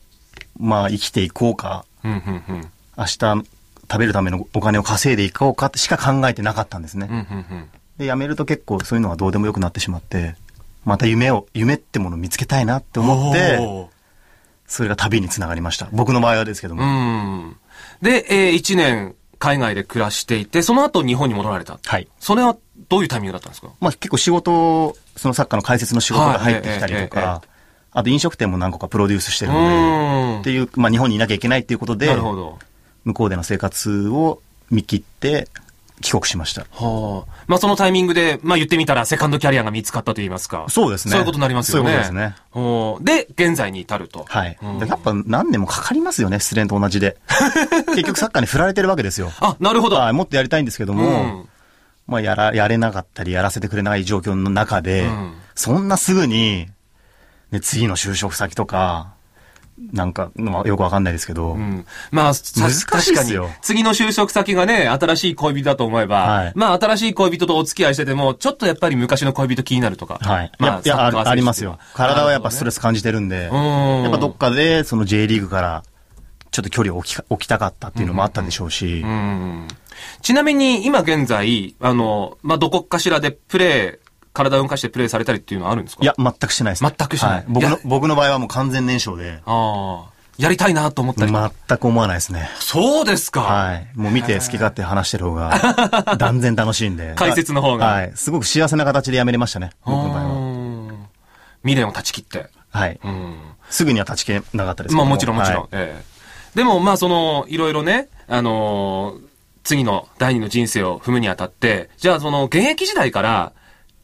まあ生きていこうか、うん、うん、うん。明日食べるためのお金を稼いでいこうかってしか考えてなかったんですね。うん、うん、うん。で、辞めると結構そういうのはどうでもよくなってしまって、また夢を、夢ってものを見つけたいなって思って、ほそれが旅につながりました。僕の場合はですけどううも。ん。で、えー、1年海外で暮らしていて、その後日本に戻られた。はい。それはどういうタイミングだったんですかまあ結構仕事、そのサッカーの解説の仕事が入ってきたはいりとえええか、あと飲食店も何個かプロデュースしてうるのんで、っていう、まあ日本にいなきゃいけないっていうことでなる、ほど。向こうでの生活を見切って帰国しました。はあ。まあ、そのタイミングで、まあ、言ってみたら、セカンドキャリアが見つかったと言いますか。そうですねそういうことになりますよね。そういうことですねほうで、現在に至ると。はい。うんでやっぱ何年もかかりますよね、失恋と同 じで。結局サッカーに振られてるわけですよ。あ、なるほど。はいもっとやりたいんですけども、うんまあ、やら、やれなかったり、やらせてくれない状況の中で、うんそんなすぐに、ね、次の就職先とか、なんか、まあよくわかんないですけど、うんまあ、さ難しいっすよ確かに次の就職先がね、新しい恋人だと思えば、はいまあ、新しい恋人とお付き合いしてても、ちょっとやっぱり昔の恋人気になるとか。はい。まあ、いや、いやサッカー選手とあかありますよ。体はやっぱストレス。ス感じてるんで、うんやっぱどっかで、その J リーグから、ちょっと距離を置きか置きたかったっていうのもあったんでしょうし、うんちなみに、今現在、あの、まあ、どこかしらでプレー、体を動かしてプレーされたりっていうのはあるんですかいや、、全くしてないです。全くしてないは僕いのや、僕の場合はもう完全燃焼で、ああ。やりたいなと思ったり。全く思わないですね。そうですか。。はい。もう見て好き勝手話してる方が、断然楽しいんで解説の方がはい。すごく幸せな形で辞めれましたね。僕の場合は。うん未練を断ち切って。はい。うん。すぐには断ち切れなかったですけまどあもちろんもちろん。はいええでもまあその、いろいろね、あのー次の第二の人生を踏むにあたって、じゃあその現役時代から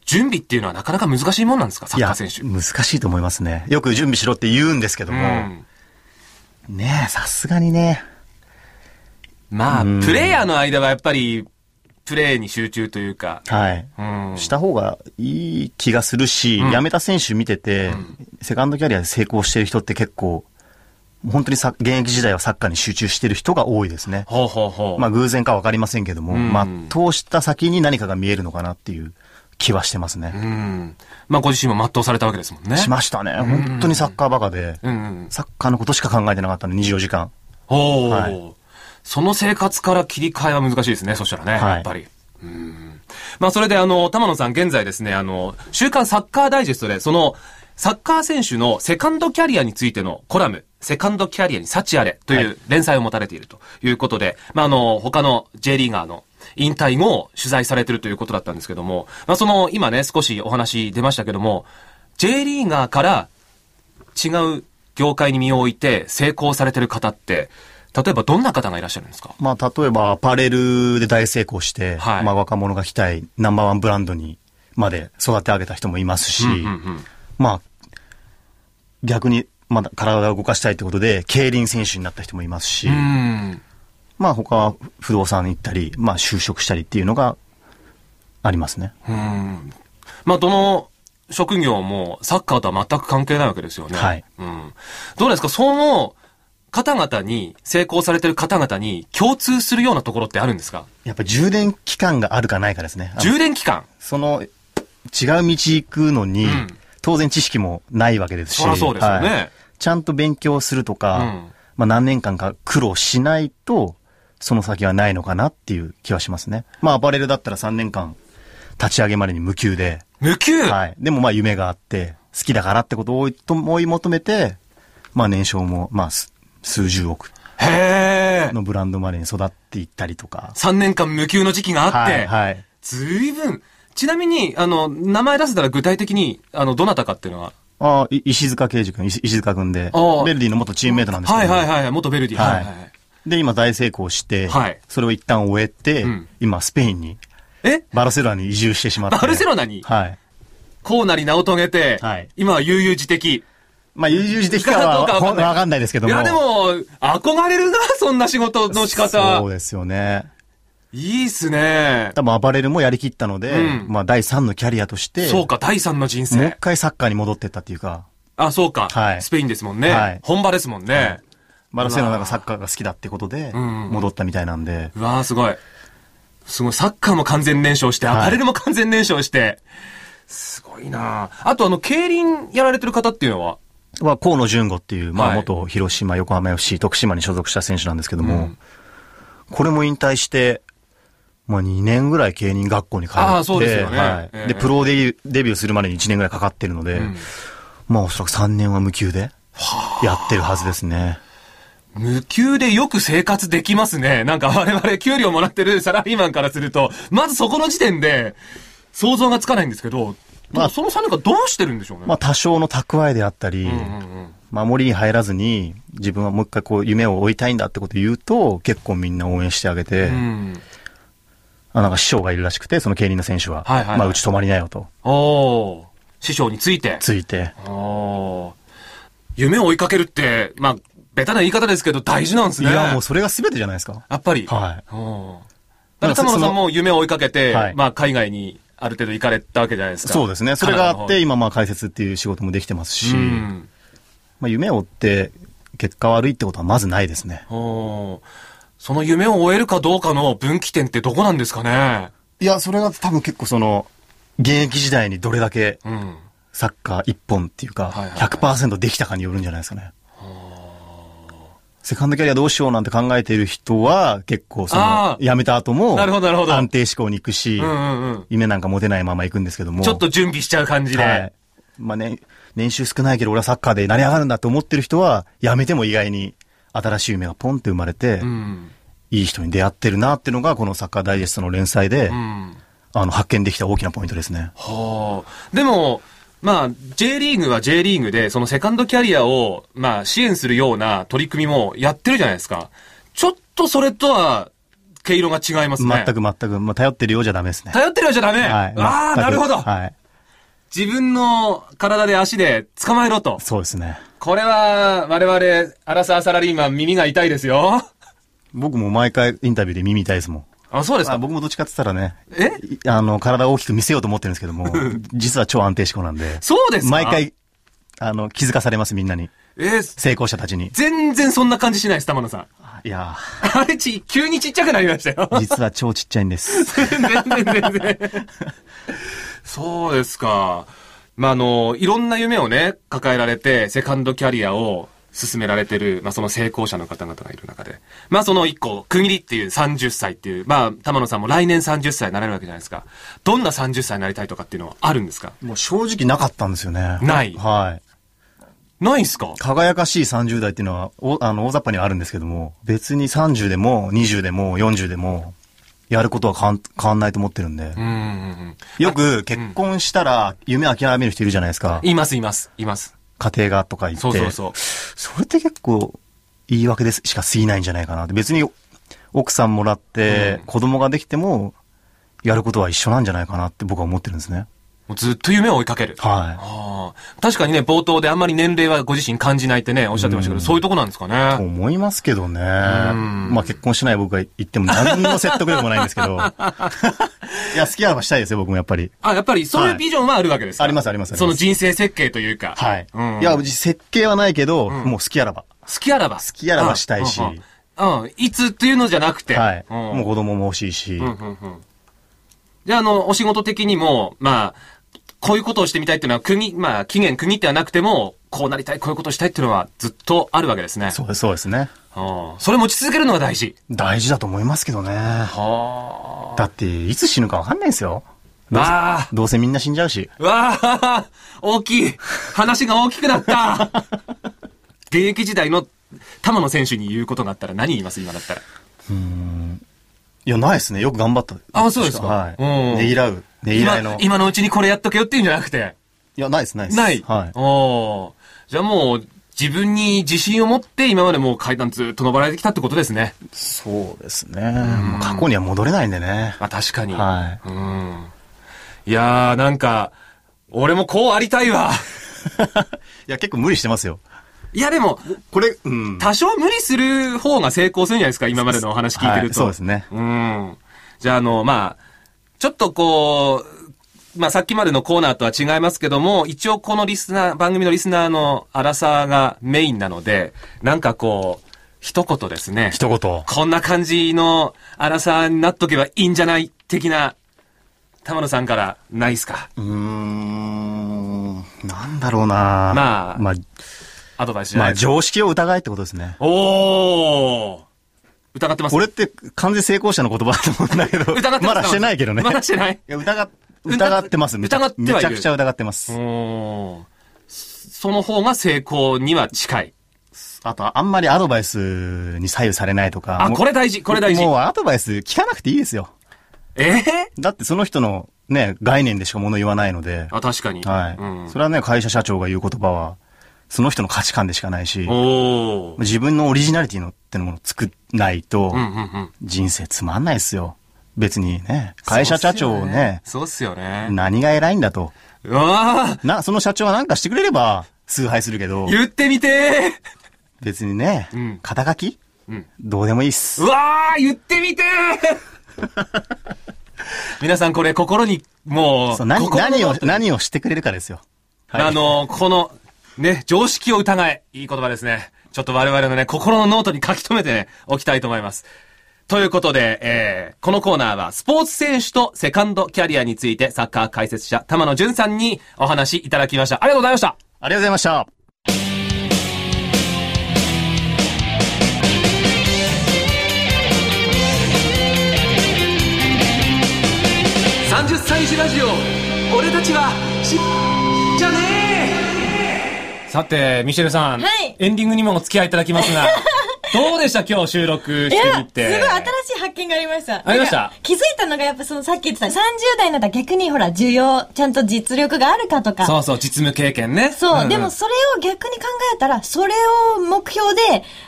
準備っていうのはなかなか難しいもんなんですかサいッや、カー難選手。しいと思いますね。よく準備しろって言うんですけどうも。ん。ねえ、さすがにね。まあ、プレイヤーの間はやっぱり、プレーに集中というか、はい。うん。した方がいい気がするし、辞めた選手見てて、セカンドキャリアで成功してる人って結構、本当にさ現役時代はサッカーに集中してる人が多いですね。ほうほうほう。まあ偶然か分かりませんけども、んまあ通した先に何かが見えるのかなっていう気はしてますね。うん。まあご自身も全うされたわけですもんね。しましたね。本当にサッカーバカで、うんうん。サッカーのことしか考えてなかったの、24時間。おお、はいその生活から切り替えは難しいですね、そしたらね、はいやっぱり。うんまあ、それで、あの、玉野さん、現在ですね、あの、週刊サッカーダイジェストで、その、サッカー選手のセカンドキャリアについてのコラム、セカンドキャリアに幸あれという連載を持たれているということで、まあ、あの、他の J リーガーの引退後を取材されているということだったんですけども、まあ、その、今ね、少しお話出ましたけども、J リーガーから違う業界に身を置いて成功されてる方って、例えばどんな方がいらっしゃるんですかまあ例えばアパレルで大成功して、はいまあ若者が来たいナンバーワンブランドにまで育て上げた人もいますし、まあ逆にまだ体を動かしたいってことで競輪選手になった人もいますし、うん。まあ他は不動産行ったり、まあ就職したりっていうのがありますね。うん。まあ、どの職業もサッカーとは全く関係ないわけですよね。はい。うん。どうですかその方々に、成功されてる方々に共通するようなところってあるんですかやっぱ充電期間があるかないかですね。あの充電期間。その違う道行くのに、ん当然知識もないわけですし。そりゃそうですよねはいちゃんと勉強するとか、うんまあ何年間か苦労しないと、その先はないのかなっていう気はしますね。まあアパレルだったら3年間立ち上げまでに無給で、無給、 はい。でもまあ夢があって、好きだからってことを思い求めて、まあ年商も、まあす数十億へえ。のブランドまでに育っていったりとか。 3年間無給の時期があって。はい、はい。ずいぶん、ちなみに、あの、名前出せたら具体的に、あの、どなたかっていうのは。ああ、い石塚圭司君、石石塚君でああ、ベルディの元チームメイトなんですはけいど、はいはい、元ベルディ。ははいいはいはい。で、今大成功して、はいそれを一旦終えて、ん今スペインに、えバルセロナに移住してしまって。バルセロナにはい。こうなり名を遂げて、はい今は悠々自適。まあ、優柔自的かはどうかわかんないわかんないですけどいも。や、でも、憧れるな、そんな仕事の仕方そう。ですよね。いいっすね。多分、暴れるもやりきったので、うんまあ、第3のキャリアとして、そうか、第三の人もう一生。回サッカーに戻ってったっていうか、あ、そうか、はいスペインですもんね。はい本場ですもんね。バルセロナがサッカーが好きだってことで、ん戻ったみたいなんで、うわー、すごい。すごい、サッカーも完全燃焼して、アいパレルも完全燃焼して。すごいなああと、あの、競輪やられてる方っていうのは、は、河野純吾っていう、まはあ、い元広島、横浜 FC、徳島に所属した選手なんですけども、これも引退して、まあ、2年ぐらい芸人学校に通って、ああそうですよねはいええで、プロデビューデビューするまでに1年ぐらいかかってるので、まあ、おそらく3年は無給で、やってるはずですね。無給でよく生活できますね。なんか我々給料もらってるサラリーマンからすると、まずそこの時点で想像がつかないんですけど、まあその3人がどうしてるんでしょうね。まあ、多少の蓄えであったり、うんうん守りに入らずに、自分はもう一回こう、夢を追いたいんだってことを言うと、結構みんな応援してあげて、うん。あなんか師匠がいるらしくて、その競輪の選手は、はいはいはいまあ、うち泊まりなよと、おー師匠について。ついて、おー夢を追いかけるって、まあ、ベタな言い方ですけど大事なんですいね。や、もうそれが全てじゃないですか。やっぱり。はい。おーだかなら田んかそ村さんも夢を追いかけて、はいまあ、海外にある程度行かれたわけじゃないですか。そうですね。それがカナあダのっ方て、に、今まあ解説っていう仕事もできてますし、うん。まあ夢を追って結果悪いってことはまずないですね。おーその夢を終えるかどうかの分岐点ってどこなんですかねいや、それが多分結構その、現役時代にどれだけうん。サッカー一本っていうか、はいはいはい100%できたかによるんじゃないですかね。セカンドキャリアどうしようなんて考えている人は結構そあの、ー辞めた後も、なるほどなるほど安定志向に行くし、うんうんうん。夢なんか持てないまま行くんですけども。ちょっと準備しちゃう感じで。はい。まあね、年収少ないけど俺はサッカーで成り上がるんだと思ってる人は、やめても意外に新しい夢がポンって生まれて、うん。いい人に出会ってるなっていうのが、このサッカーダイジェストの連載で、うん。あの、発見できた大きなポイントですね。はあ。でも、まあ、J リーグは J リーグで、そのセカンドキャリアを、まあ、支援するような取り組みもやってるじゃないですか。ちょっとそれとは、毛色が違いますね。全く全く、まあ、頼ってるようじゃダメですね。頼ってるようじゃダメ、はい。 ああ、全くなるほど、はい。自分の体で足で捕まえろと。そうですね。これは、我々、アラサーサラリーマン耳が痛いですよ。僕も毎回インタビューで耳痛いですもん。あ、そうですまあ、か。僕もどっちかって言ったらね、えいあの、体を大きく見せようと思ってるんですけ ども、実は超安定志向なんで、そうですか毎。回、あの、気づかされます、みんなに。えー成功者たちに。全然そんな感じしないです、玉野さん。 いやあれち、急にちっちゃくなりましたよ。ー、実は超ちっちゃいんです。全然全然。そうですか。まあ、あの、いろんな夢をね、抱えられて、セカンドキャリアを進められてる、まあ、その成功者の方々がいる中で。まあ、その一個、区切りっていう30歳っていう、まあ、玉野さんも来年30歳になれるわけじゃないですか。どんな30歳になりたいとかっていうのはあるんですか もう正直なかったんですよね。ないはい。ないんすか輝かしい30代っていうのは、おあの、大雑把にはあるんですけども、別に30でも、20でも、40でも、やることは変わん変わんないと思ってるんでう。んうんうん。よく結婚したら夢諦める人いるじゃないですか。いますいます、います。家庭がとか言って。そうそうそう。それって結構、言い訳ですしか過ぎないんじゃないかなって。別に、奥さんもらって、子供ができても、やることは一緒なんじゃないかなって僕は思ってるんですね。もうずっと夢を追いかける。はああ確かにね、冒頭であんまり年齢はご自身感じないってね、おっしゃってましたけど、そういうとこなんですかい。とね。思いますけどね。まあ結婚しない僕が言っても何の説得力もないんですけ ど。いや、好きなばしたいですよ、僕もやっぱり。あ、やっぱりそういうビジョンはあるわけですか、はいありますありますありますその人生設計というか。はい。うん、いや、設計はないけど、もう好きあらば。好きあらば。好きあらばしたいしうん、うんうんいつっていうのじゃなくて。はい。うんもう子供も欲しいし、うんうんうんじゃあ、あの、お仕事的にも、まあ、こういうことをしてみたいっていうのは、国、まあ、期限区切ってはなくても、こうなりたい、こういうことをしたいっていうのはずっとあるわけですね。そうです、そうですね。うんそれ持ち続けるのが大事。大事だと思いますけどね。はだって、いつ死ぬかわかんないですよ。あ。わあ。どうせみんな死んじゃうし。わあ、大きい話が大きくなった現役時代の玉野選手に言うことがあったら何言います今だったら。いや、ないですね。よく頑張った。あそうですかはい。うんねぎらうね、以来の。い今のうちにこれやっとけよっていうんじゃなくて。や、ないです、ないです。ない。はい。おーじゃあもう、自分に自信を持って今までもう階段ずっと登られてきたってことですね。そうですね。もう過去には戻れないんでね。 まあ確かに。。はいうん。いやーなんか、俺もこうありたいわ。いや、結構無理してますよ。いやでも、これ、うん。多少無理する方が成功するんじゃないですか、今までのお話聞いてると。はいそうですねうん。じゃあ、あの、まあ、ちょっとこう、まあ、さっきまでのコーナーとは違いますけども、一応このリスナー、番組のリスナーの荒さがメインなので、なんかこう、一言ですね。一言。こんな感じの荒さになっとけばいいんじゃない的な、玉野さんからないですかうーん。なんだろうなまあまあ、アドバイスじゃまないあ、ですか。常識を疑えってことですね。おー疑ってます俺って完全成功者の言葉だと思うんだけど。疑ってますまだしてないけどね。まだしてないいや、疑っ、疑ってます。めちゃ疑ってはいるめちゃくちゃ疑ってます。おーその方が成功には近い。あと、あんまりアドバイスに左右されないとか。あ、もうこれ大事、これ大事。もうアドバイス聞かなくていいですよ。えーだってその人のね、概念でしか物言わないので。あ、確かに。はい、うんそれはね、会社社長が言う言葉は、その人の価値観でしかないし、おー自分のオリジナリティのってのものを作んないとう、んうんうん。人生つまんないですよ。別にね、会社社長をね、そうっすよね。何が偉いんだと。うわあな、その社長は何かしてくれれば、崇拝するけど、言ってみて別にね、ん肩書き、んどうでもいいっーすう。わあ言ってみてー 皆さんこれ心に、も、そうう何心の何を、何をしてくれるかですよ。はいあの、この、ね、常識を疑え。いい言葉ですね。ちょっと我々のね、心のノートに書き留めてね、おきたいと思います。ということで、えー、このコーナーは、スポーツ選手とセカンドキャリアについて、サッカー解説者、玉野淳さんにお話いただきました。ありがとうございました。ありがとうございました。 30歳児ラジオ俺たちはしじゃねさて、ミシェルさん。はいエンディングにもお付き合いいただきます が、どうでした今日収録いしてや、すみごいて。新しい発見がありました。ありましたなんか気づいたのがやっぱそのさっき言ってた30代になったら逆にほら重要、ちゃんと実力があるかとか。そうそう、実務経験ね。そう、んんでもそれを逆に考えたら、それを目標で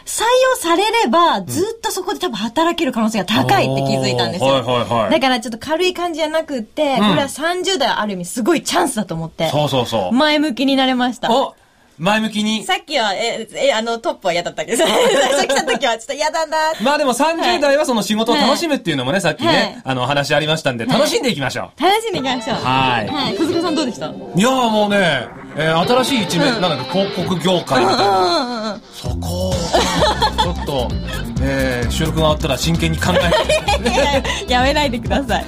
採用されれば、ずっとそこで多分働ける可能性が高いって気づいたんですよ。おーはいはいはいだからちょっと軽い感じじゃなくって、これは30代ある意味すごいチャンスだと思って、そうそうそう。前向きになれました。お前向きに。さっきは、え、え、あの、トップは嫌だった けど、最初来た時はちょっと嫌だなってまあでも30代はその仕事を楽しむっていうのもね、さっきね、はいあのお話ありましたんで、楽しんでいきましょ楽しんでいきましょう。はいはい。小塚さんどうで したうんうんう。いやーもうね、えー新しい一面、なんだっけ、広告業界みたいな。うんうん。そこを、 ちょっと、えー、収録が終わったら真剣に考え て。やめないでください。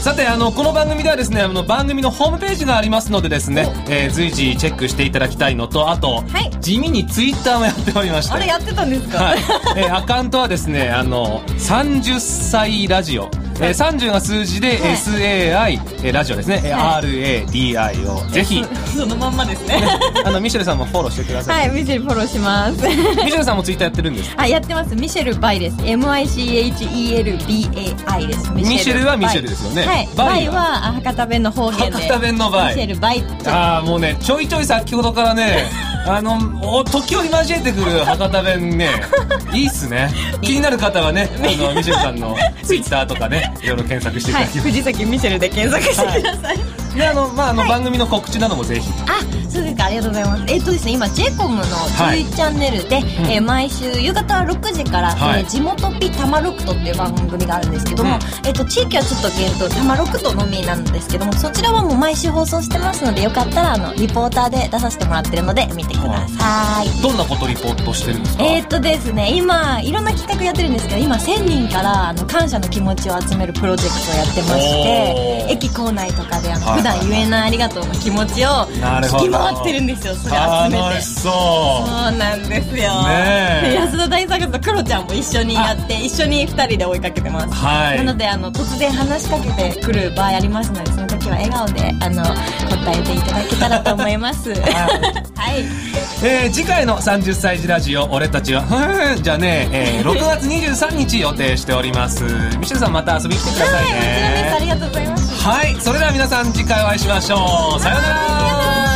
さて、あの、この番組ではですね、あの、番組のホームページがありますのでですね、えー随時チェックしていただきたいのと、あと、はい地味にツイッターもやっておりまして。 あれやってたんですか、 はい。えーアカウントはですね、あの、30歳ラジオ。えー、30が数字ではい SAI、えーラジオですね。えー RADI を。ぜ ひ、 そのまんまですね。あの、ミシェルさんもフォローしてくださ。はいい、ミシェルフォローします。 ミシェルさんもツイッターやってるんです。あ、やってます。ミシェルバイです。M-I-C-H-E-L-B-A-I です。ミシェルはミシェルですよねはい。ババイイははあ博多弁の方言で。博多弁のバイミシェルバイって。ああ、もうね、ちょいちょい先ほどから ね、あの、お時折交えてくる博多弁 ね、いいっすね。気になる方はね、あの、ミシェルさんのツイッターとかね、いろいろ検索していたはい。だきま藤崎ミシェルで検索してください。す。で、あの、まあ、あの、番組の告知などもぜひ。あ、そうですか、ありがとうございます。えっとですね、今、ジェコムのい11チャンネルで、えー毎週夕方6時から、はいえー地元ピタマロクトっていう番組があるんですけどうも、んえっと、地域はちょっと限定、タマロクトのみなんですけども、そちらはもう毎週放送してますので、よかったら、あの、リポーターで出させてもらってるので、見てください。どんなことリポートしてるんですかえー、っとですね、今、いろんな企画やってるんですけど、今、1000人から、あの、感謝の気持ちを集めるプロジェクトをやってましおーて、駅構内とかで、あの、はい普段言えないありがとうの気持ちを、なる聞ほどき回ってるんですよ、それ集め楽てし。そそううなんですねよ。えで安田大作とクロちゃんも一緒にやって、一緒に二人で追いかけてます。はいなので、あの、突然話しかけてくる場合ありますので、その時は笑顔で、あの、答えていただけたらと思います。 はい。えー次回の30歳児ラジオ俺たちはふーんじゃねええー6月23日予定しておりますミシェルさんまた遊びに来てくださいねはい、もちろんです。ありがとうございます。はいそれでは皆さん次回お会いしましょうさようなら